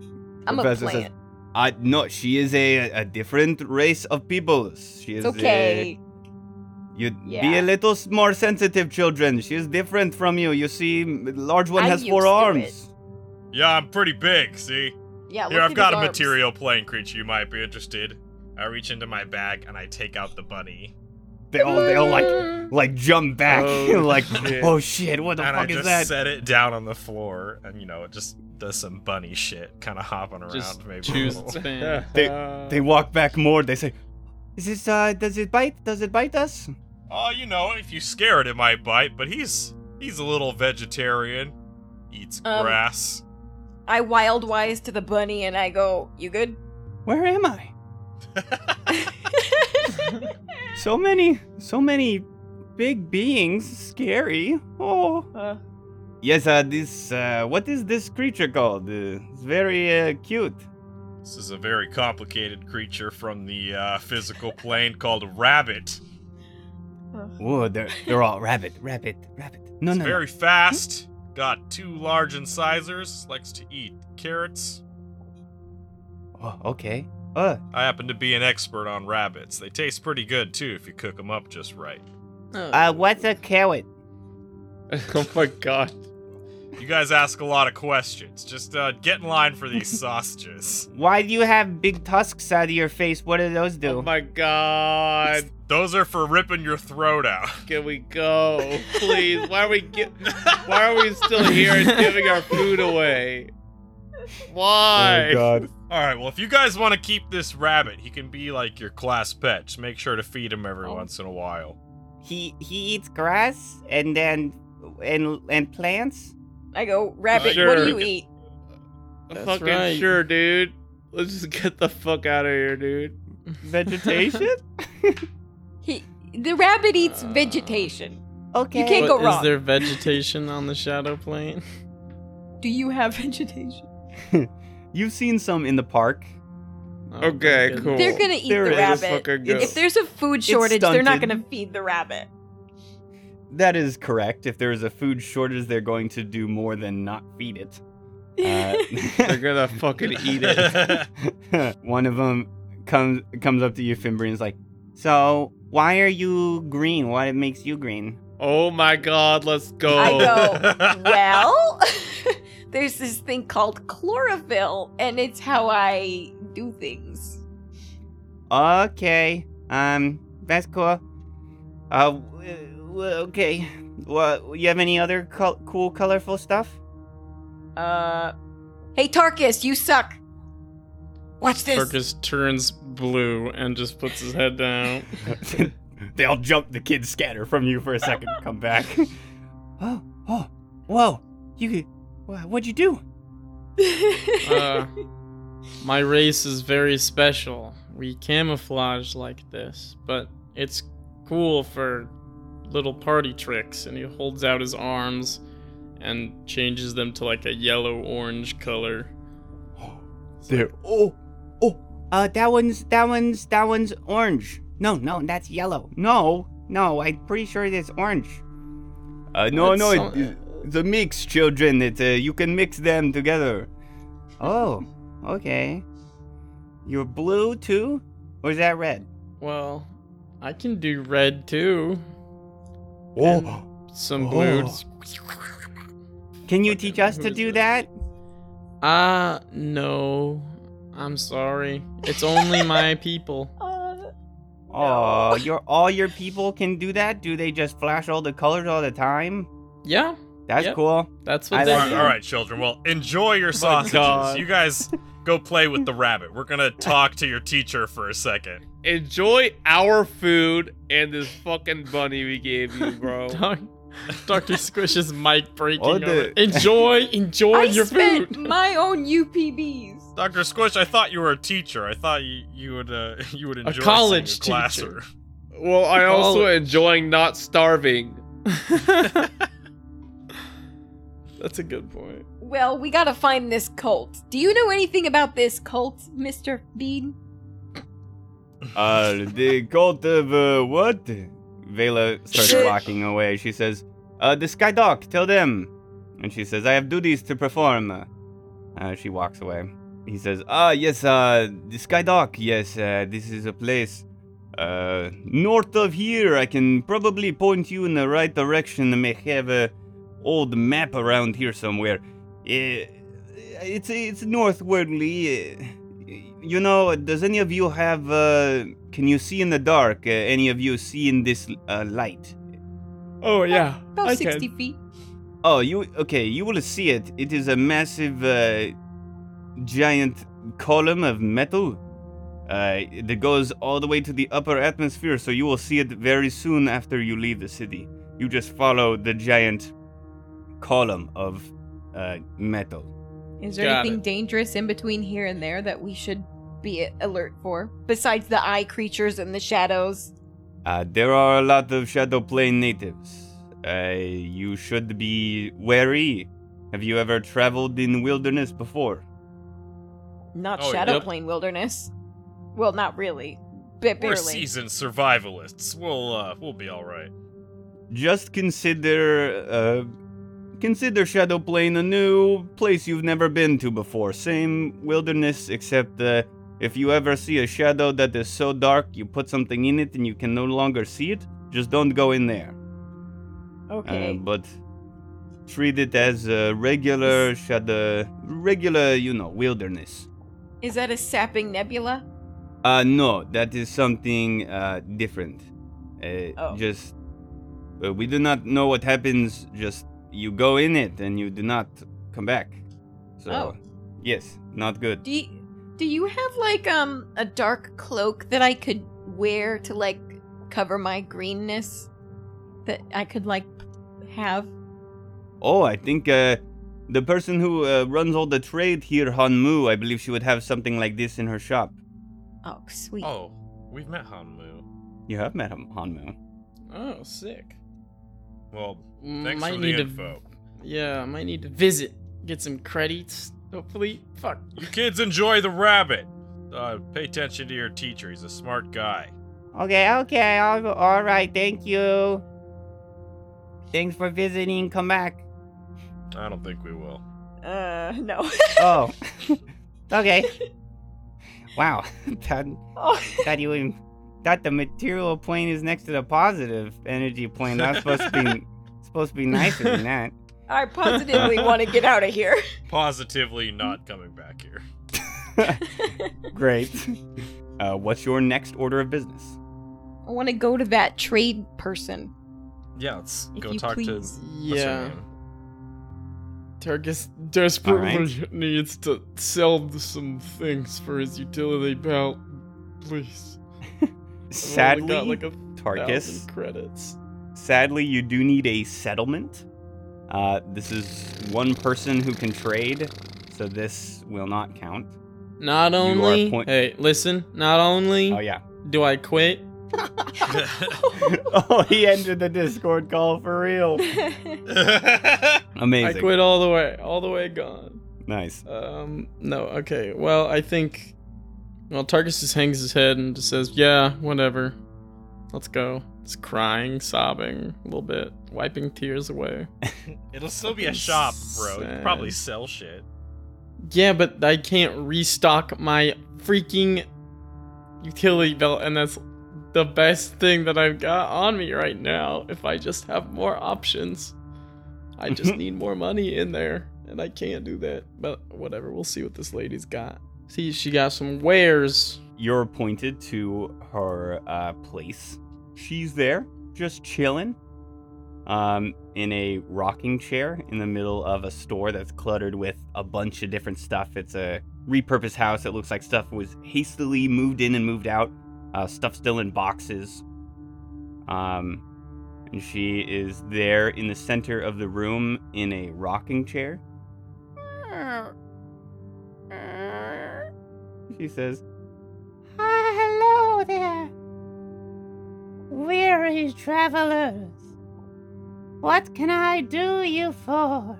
B: I'm
F: Professor says,
B: a plant.
F: Uh, no, she is a, a different race of people. She is
B: it's okay.
F: you be a
B: Yeah.
F: little s- more sensitive, children. She is different from you. You see, m- large one
B: I'm
F: has four
B: used to
F: arms.
D: Yeah, I'm pretty big. See,
B: yeah.
D: here
B: look
D: I've
B: at
D: got a
B: his arms.
D: material plane creature you might be interested. I reach into my bag and I take out the bunny,
F: They all, they all like, like jump back,
A: Oh,
F: like,
A: shit.
F: oh shit, what the
D: and I
F: fuck is
D: just
F: that?
D: set it down on the floor, and you know it just does some bunny shit, kind of hopping around.
A: Just
D: maybe a
A: choose Uh,
D: little.
A: its fan.
F: They walk back more. They say, "Is this? Uh, does it bite? Does it bite us?"
D: Oh, you know, if you scare it, it might bite. But he's he's a little vegetarian, eats
B: Um,
D: grass.
B: I wild wise to the bunny, and I go, "You good?"
F: Where am I? So many, so many big beings. Scary. Oh.
E: Uh.
F: Yes, uh, this, uh, what is this creature called? Uh, it's very uh, cute.
D: This is a very complicated creature from the uh, physical plane called a rabbit.
F: Oh, they're, they're all rabbit, rabbit, rabbit. No,
D: it's
F: no, no.
D: very fast. Got two large incisors. Likes to eat carrots.
F: Oh, okay. Uh,
D: I happen to be an expert on rabbits. They taste pretty good too if you cook them up just right.
F: uh, what's a carrot?
C: oh my god.
D: You guys ask a lot of questions. Just uh, get in line for these sausages.
F: Why do you have big tusks out of your face? What do those do?
C: Oh my god.
D: Those are for ripping your throat out.
C: Can we go? Please. Why are we gi- Oh, why are we still here and giving our food away? Why?
D: All right. Well, if you guys want to keep this rabbit, he can be like your class pet. Just make sure to feed him every
F: Oh.
D: once in a while.
F: He he eats grass and then and and plants.
B: I go, "Rabbit, what
C: Sure.
B: do you eat?"
A: That's
C: Fucking
A: right.
C: sure, dude. Let's just get the fuck out of here, dude.
F: Vegetation.
B: He, the rabbit eats
A: Uh,
B: vegetation.
F: okay.
B: You can't go
A: But
B: wrong.
A: Is there vegetation on the shadow plane?
B: Do you have vegetation?
F: You've seen some in the park.
A: Oh,
C: Okay,
A: good.
C: cool.
B: They're gonna eat
F: There
B: the
F: it is.
B: rabbit.
C: Fucking go.
B: If there's a food shortage, they're not
F: stunted.
B: gonna feed the rabbit.
F: That is correct. If there is a food shortage, they're going to do more than not feed it. Uh,
C: They're gonna fucking eat it.
F: one of them comes comes up to you, Fimbri, and is like, "So why are you green? What makes you green?"
C: Oh my god, let's go.
B: I go, well, there's this thing called chlorophyll, and it's how I do things.
F: Okay, um, that's cool. Uh, w- w- okay. Well, you have any other col- cool, colorful stuff?
B: Uh, hey Tarkus, you suck. Watch this.
A: Marcus turns blue and just puts his head down.
F: they all jump. The kids scatter from you for a second. Come back. oh, oh, whoa! You, wha- what'd you do?
A: Uh, My race is very special. We camouflage like this, but it's cool for little party tricks. And he holds out his arms and changes them to like a yellow orange color.
F: There. Oh, oh. Uh, that one's that one's that one's orange. No, no, that's yellow. No, no. I'm pretty sure it's orange. Uh, no,
A: That's
F: no.
A: so-
F: It, it's a mix, children. It uh, you can mix them together. Oh, okay. You're blue too, or is that red?
A: Well, I can do red too.
F: Oh,
A: Some
F: Oh.
A: blues.
H: Oh.
F: can you
A: fucking-
F: teach us
A: who
F: to
A: is
F: do
A: this?
F: that?
A: Ah, no. I'm sorry. It's only my people.
B: Uh,
F: Oh, your all your people can do that. Do they just flash all the colors all the time?
A: Yeah,
F: That's
A: Yep.
F: cool.
A: that's what
F: I
A: they
F: like
A: do.
F: it.
H: all right, children. Well, enjoy
A: Oh
H: your sausages.
F: God.
H: You guys go play with the rabbit. We're gonna talk to your teacher for a second.
C: Enjoy our food and this fucking bunny we gave you, bro.
A: Doc- Dr. Squish's mic breaking.
F: Oh,
A: over.
F: the-
A: Enjoy, enjoy
B: I
A: your
B: spent
A: food.
B: my own UPBs.
H: Doctor Squish, I thought you were a teacher. I thought you, you would uh, you would enjoy
A: college
H: seeing
A: teacher.
H: your classroom.
C: Well, I also
A: College.
C: enjoying not starving.
A: That's a good point.
B: Well, we gotta find this cult. Do you know anything about this cult, Mister Bean?
F: Uh, the cult of uh, what? Vela starts
B: Shit.
F: walking away. She says, "Uh, the Sky Dog, tell them." And she says, "I have duties to perform." Uh, she walks away. He says, "Ah, yes. Uh, the Sky Dog. Yes, uh, this is a place. Uh, north of here, I can probably point you in the right direction. I may have a old map around here somewhere. Uh, it's it's northwardly." Uh, you know, does any of you have? Uh, can you see in the dark? Uh, any of you see in this uh, light?
A: Oh yeah.
B: About
A: I
B: sixty
A: can.
B: feet.
F: Oh, you okay? You will see it. It is a massive, uh, giant column of metal uh, that goes all the way to the upper atmosphere. So you will see it very soon after you leave the city. You just follow the giant column of uh, metal.
B: Is there
A: Got
B: anything
A: it.
B: dangerous in between here and there that we should be alert for? Besides the eye creatures and the shadows.
F: Uh, there are a lot of Shadow Plane natives. Uh, you should be wary. Have you ever traveled in wilderness before?
B: Not
H: Oh,
B: Shadow
A: yep.
B: Plane Wilderness. Well, not really. But
H: We're
B: barely.
H: seasoned survivalists. We'll uh, we'll be all right.
F: Just consider, uh, consider Shadow Plane a new place you've never been to before. Same wilderness, except uh, if you ever see a shadow that is so dark you put something in it and you can no longer see it, just don't go in there. Uh,
B: Okay.
F: but treat it as a regular shadow, regular, you know, wilderness.
B: Is that a sapping nebula?
F: Uh, no, that is something uh, different. Uh,
B: Oh.
F: Just, uh, we do not know what happens. Just you go in it and you do not come back. So,
B: Oh.
F: yes, not good.
B: Do you, do you have like um a dark cloak that I could wear to like cover my greenness that I could like have?
F: Oh, I think uh, the person who uh, runs all the trade here, Hanmu, I believe she would have something like this in her shop.
B: Oh, sweet.
H: Oh, we've met Hanmu.
F: You have met him, Hanmu.
A: Oh, sick.
H: Well,
A: M-
H: thanks
A: might
H: for
A: need
H: the
A: to.
H: info.
A: Yeah, might need to visit, get some credits. Hopefully, fuck.
H: You kids enjoy the rabbit. Uh, pay attention to your teacher. He's a smart guy.
F: Okay, okay, all, all right, thank you. Thanks for visiting, come back.
H: I don't think we will.
B: Uh, no.
F: Oh, okay. Wow, that,
B: oh.
F: that you even, that the material plane is next to the positive energy plane. That's supposed to be supposed to be nicer than that.
B: I positively want to get out of here.
H: Positively not coming back here.
F: Great. Uh, what's your next order of business?
B: I want to go to that trade person.
H: Yeah, let's
B: If
H: go
B: you
H: talk to.
B: please.
H: what's her
A: Yeah,
H: name?
A: Turgis desperately needs to sell some things for his utility belt. Please. I've only
F: Sadly,
A: got like a
F: Tarkus,
A: thousand credits.
F: sadly, you do need a settlement. Uh, this is one person who can trade, so this will not count.
A: Not only,
F: point-
A: hey, listen. Not only
F: Oh yeah.
A: do I quit,
F: oh, he ended the Discord call for real. Amazing.
A: I quit all the way, all the way gone.
F: Nice.
A: Um, no, okay. Well, I think. Well, Tarkus just hangs his head and just says, Yeah, whatever. Let's go. He's crying, sobbing a little bit, wiping tears away.
D: It'll still be a shop, bro. You
A: Sad.
D: can probably sell shit.
A: Yeah, but I can't restock my freaking utility belt, and that's the best thing that I've got on me right now. If I just have more options, I just need more money in there, and I can't do that. But whatever, we'll see what this lady's got. See, she got some wares.
F: You're pointed to her uh, place. She's there, just chilling, um, in a rocking chair in the middle of a store that's cluttered with a bunch of different stuff. It's a repurposed house. It looks like stuff was hastily moved in and moved out. Uh, stuff still in boxes. Um, and she is there in the center of the room in a rocking chair.
E: Ah,
F: She says,
E: Ah, hello there, weary travelers. What can I do you for?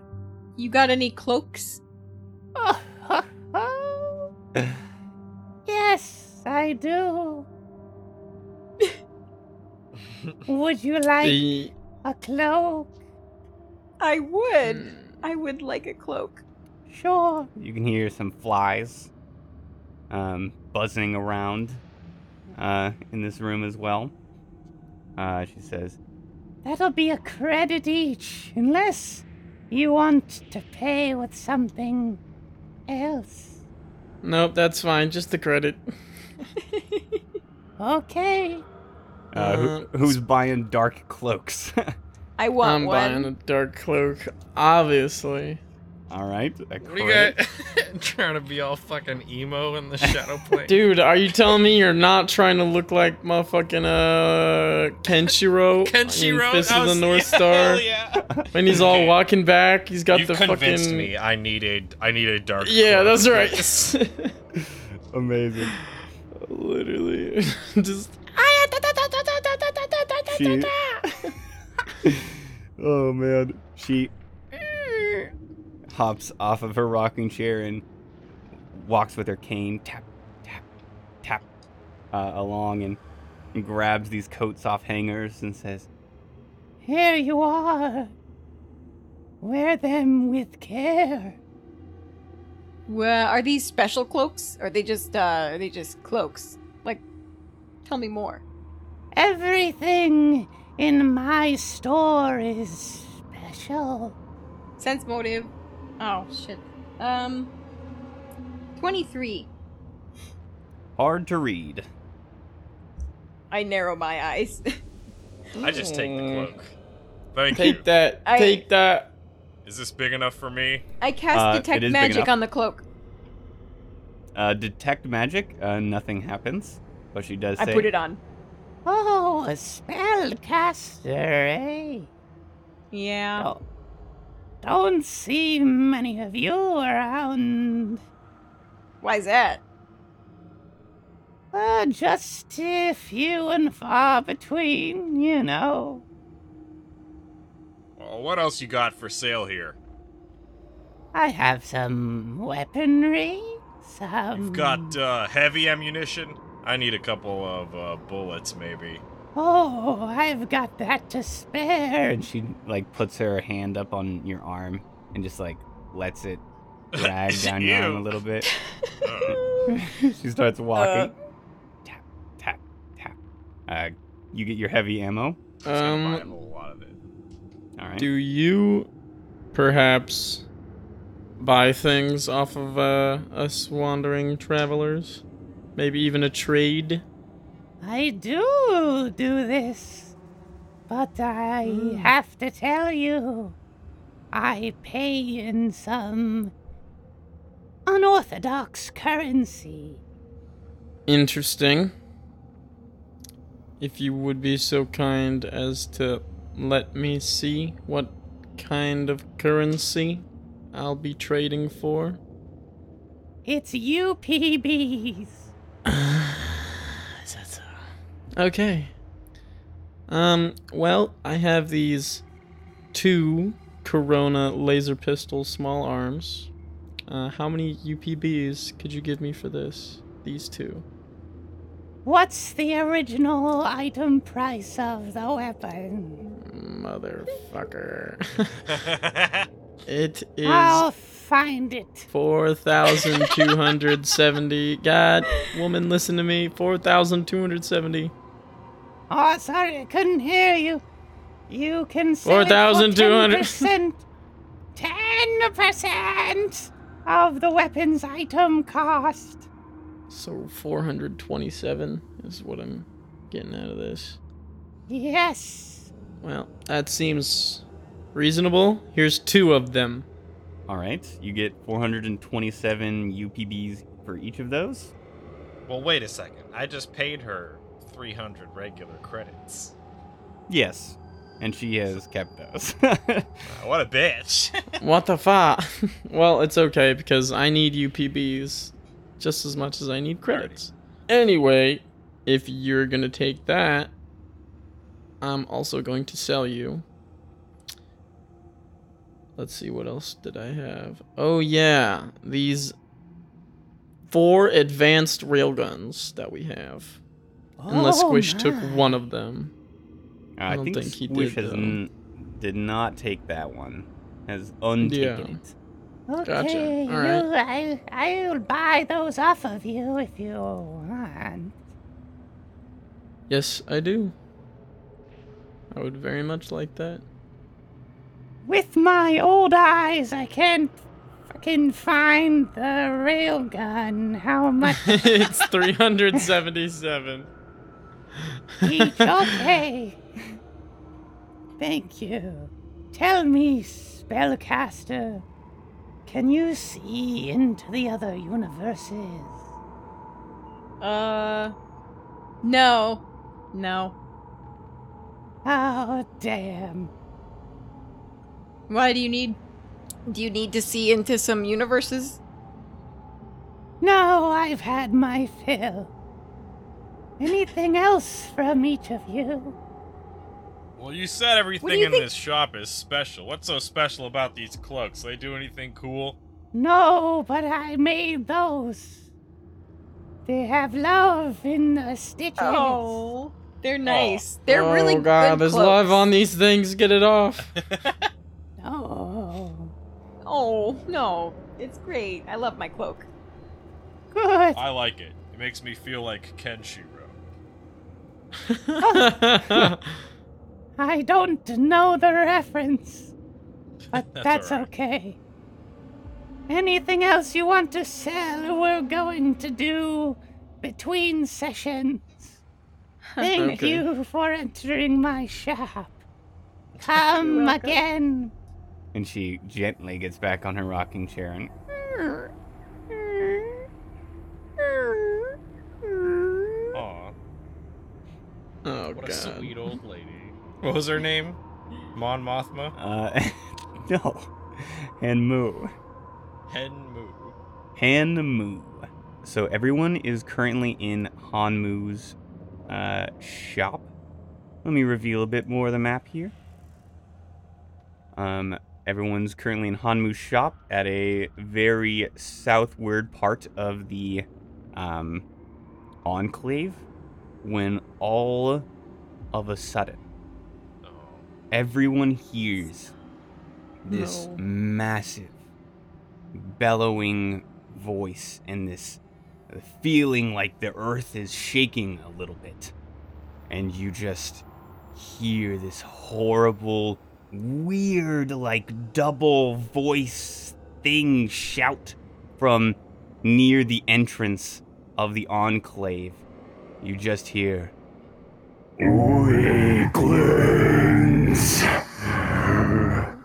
B: you got any cloaks?
E: Oh, ho, ho. yes, I do. Would you like
A: The
E: a cloak?
B: I
A: Hmm.
B: would. I would like a cloak.
E: Sure.
F: You can hear some flies um, buzzing around uh, in this room as well. Uh, she says,
E: That'll be a credit each, unless you want to pay with something else.
A: nope, that's fine. Just the credit.
E: Okay.
F: uh, who,
A: Uh,
F: Who's buying dark cloaks?
B: I want
A: I'm
B: one.
A: buying a dark cloak, obviously.
F: All right. a
G: What do you
F: crit.
G: got? trying to be all fucking emo in the shadow plane.
A: Dude, are you telling me you're not trying to look like motherfucking uh Kenshiro, in
G: Kenshiro,
A: Fist
G: that
A: of the
G: was-
A: North
G: yeah,
A: Star?
G: hell yeah.
A: When he's all
G: Okay.
A: walking back, he's got
G: you
A: the
G: convinced
A: fucking
G: me. I needed. I needed dark.
A: Yeah,
G: cloak.
A: that's right.
F: Amazing.
A: Literally. Just
B: Ah,
F: She. oh man, she hops off of her rocking chair and walks with her cane, tap, tap, tap, uh, along and, and grabs these coats off hangers and says,
E: Here you are. Wear them with care.
B: Well, are these special cloaks? Or are they just uh are they just cloaks? Like tell me more.
E: Everything in my store is special.
B: Sense motive. Oh shit. Um 23.
F: "Hard to read."
B: I narrow my eyes.
D: I just take the
A: Mm.
D: cloak. Thank you.
A: take that.
B: I-
A: Take that.
D: Is this big enough for me?
B: I cast
F: Uh, it
B: detect
F: is big
B: magic
F: enough.
B: on the cloak.
F: Uh, detect magic. Uh, nothing happens, but she does.
B: I
F: say,
B: put it on.
E: Oh, a spellcaster, eh?
B: Yeah.
E: Oh. Don't see many of you around.
B: Why's that?
E: Uh, just a few and far between, you know.
D: Well, what else you got for sale here?
E: I have some weaponry, some.
B: Um,
D: You've got uh, heavy ammunition. I need a couple of uh, bullets, maybe.
E: Oh, I've got that to spare.
F: and she like puts her hand up on your arm and just like lets it drag
D: Is it
F: down your arm
D: you?
F: a little bit.
D: Uh,
F: she starts walking.
B: Uh.
F: tap, tap, tap. Uh, you get your heavy ammo.
D: I'm just gonna buy a
A: Um,
D: whole lot of it.
F: All right.
A: Do you perhaps buy things off of uh, us wandering travelers? Maybe even a trade?
E: I do do this, but I have to tell you, I pay in some unorthodox currency.
A: Interesting. If you would be so kind as to let me see what kind of currency I'll be trading for.
E: It's UPBs.
A: Is that so? Okay. Um, well, I have these two Corona laser pistol small arms. Uh, how many UPBs could you give me for this? These two.
E: What's the original item price of the weapon?
A: Motherfucker. it is
E: I'll find it.
A: 4,270. God, woman, listen to me. 4,270.
E: Oh, sorry, I couldn't hear you. You can sell it for
A: 4,200.
E: 10%, 10% of the weapon's item cost.
A: So 427 is what I'm getting out of this.
E: Yes.
A: Well, that seems reasonable. Here's two of them.
F: All right, you get 427 UPBs for each of those.
G: Well, wait a second. I just paid her 300 regular credits.
F: Yes, and she has kept those. Uh,
G: Wow, Uh, what a bitch.
A: What the fuck? well, it's okay because I need UPBs just as much as I need credits. Anyway, if you're gonna take that, I'm also going to sell you. Let's see, what else did I have? Oh, yeah, these four advanced railguns that we have. Unless
E: Oh,
A: Squish took
E: my.
A: one of them.
F: I,
A: don't
F: think,
A: think he
F: Squish
A: did,
F: has
A: though.
F: n- did not take that one. Has untaken
A: Yeah.
F: it.
E: Okay,
A: All right.
E: you, I, I'll buy those off of you if you want.
A: Yes, I do. I would very much like that.
E: With my old eyes, I can't fucking find the railgun. How much
A: it's 377.
E: each? Okay. Thank you. Tell me, spellcaster, can you see into the other universes?
B: Uh, no, no.
E: Oh, damn.
B: Why do you need? Do you need to see into some universes?
E: No, I've had my fill. Anything else from each of you?
H: Well, you said everything
B: you
H: in
B: think-
H: this shop is special. What's so special about these cloaks? They do anything cool?
E: No, but I made those. They have love in the stitches.
B: Oh. they're nice. They're really
A: oh god,
B: good
A: there's
B: cloaks.
A: love on these things. Get it off.
E: No.
B: Oh no, it's great. I love my cloak.
E: Good.
H: I like it. It makes me feel like Kenshiro.
B: Oh.
E: I don't know the reference. But that's,
H: That's all right.
E: okay. Anything else you want to sell, we're going to do between sessions. Thank
A: Okay.
E: you for entering my shop. Come again.
F: And she gently gets back on her rocking chair and
H: Aw,
A: oh
H: what
A: god.
H: a sweet old lady. What was her name? Mon Mothma?
F: uh, no, and moo.
H: Henmu.
F: Hanmu. So everyone is currently in Hanmu's uh, shop. Let me reveal a bit more of the map here. Um, everyone's currently in Hanmu's shop at a very southward part of the um, enclave when all of a sudden everyone hears this
A: No.
F: massive bellowing voice and this feeling like the earth is shaking a little bit and you just hear this horrible weird like double voice thing shout from near the entrance of the enclave you just hear
I: Weaklings!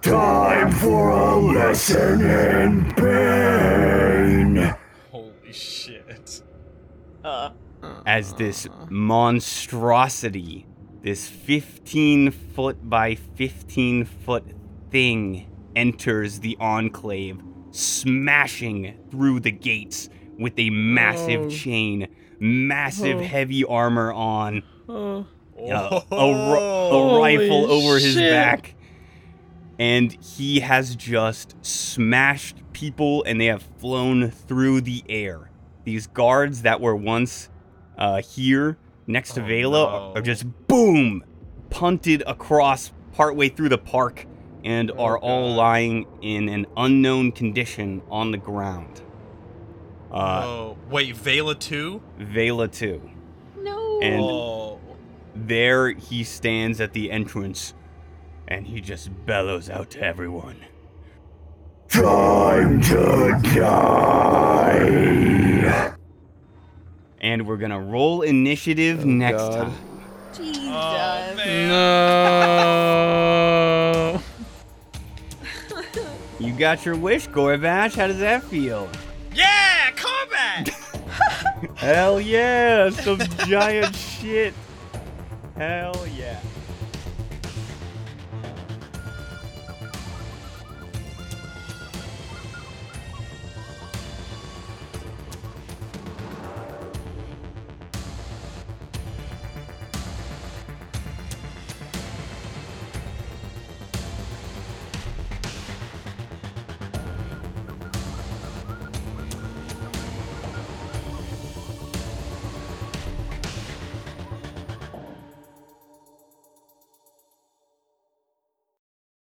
I: Time for a lesson in pain!
H: Holy shit.
A: Uh,
F: as this
A: Ah.
F: monstrosity, this 15 foot by 15 foot thing enters the enclave, smashing through the gates with a massive
A: Oh.
F: chain, massive
A: Oh.
F: heavy armor on,
A: Oh.
F: uh, a, ri- a rifle over his back. And he has just smashed people and they have flown through the air. These guards that were once uh, here next to
A: Oh,
F: Vela are-
A: no.
F: are just boom punted across partway through the park and
A: Oh,
F: are all
A: God.
F: lying in an unknown condition on the ground. Uh,
G: oh, wait, Vela 2?
A: Oh.
F: Vela too.
B: No.
F: And-
G: oh.
F: There he stands at the entrance and he just bellows out to everyone.
I: Time to die.
F: And we're gonna roll initiative next
C: God.
F: time.
B: Jesus.
A: No.
F: You got your wish, Gorbash. How does that feel?
G: Yeah, combat!
F: Hell yeah! Some giant shit. Hell yeah.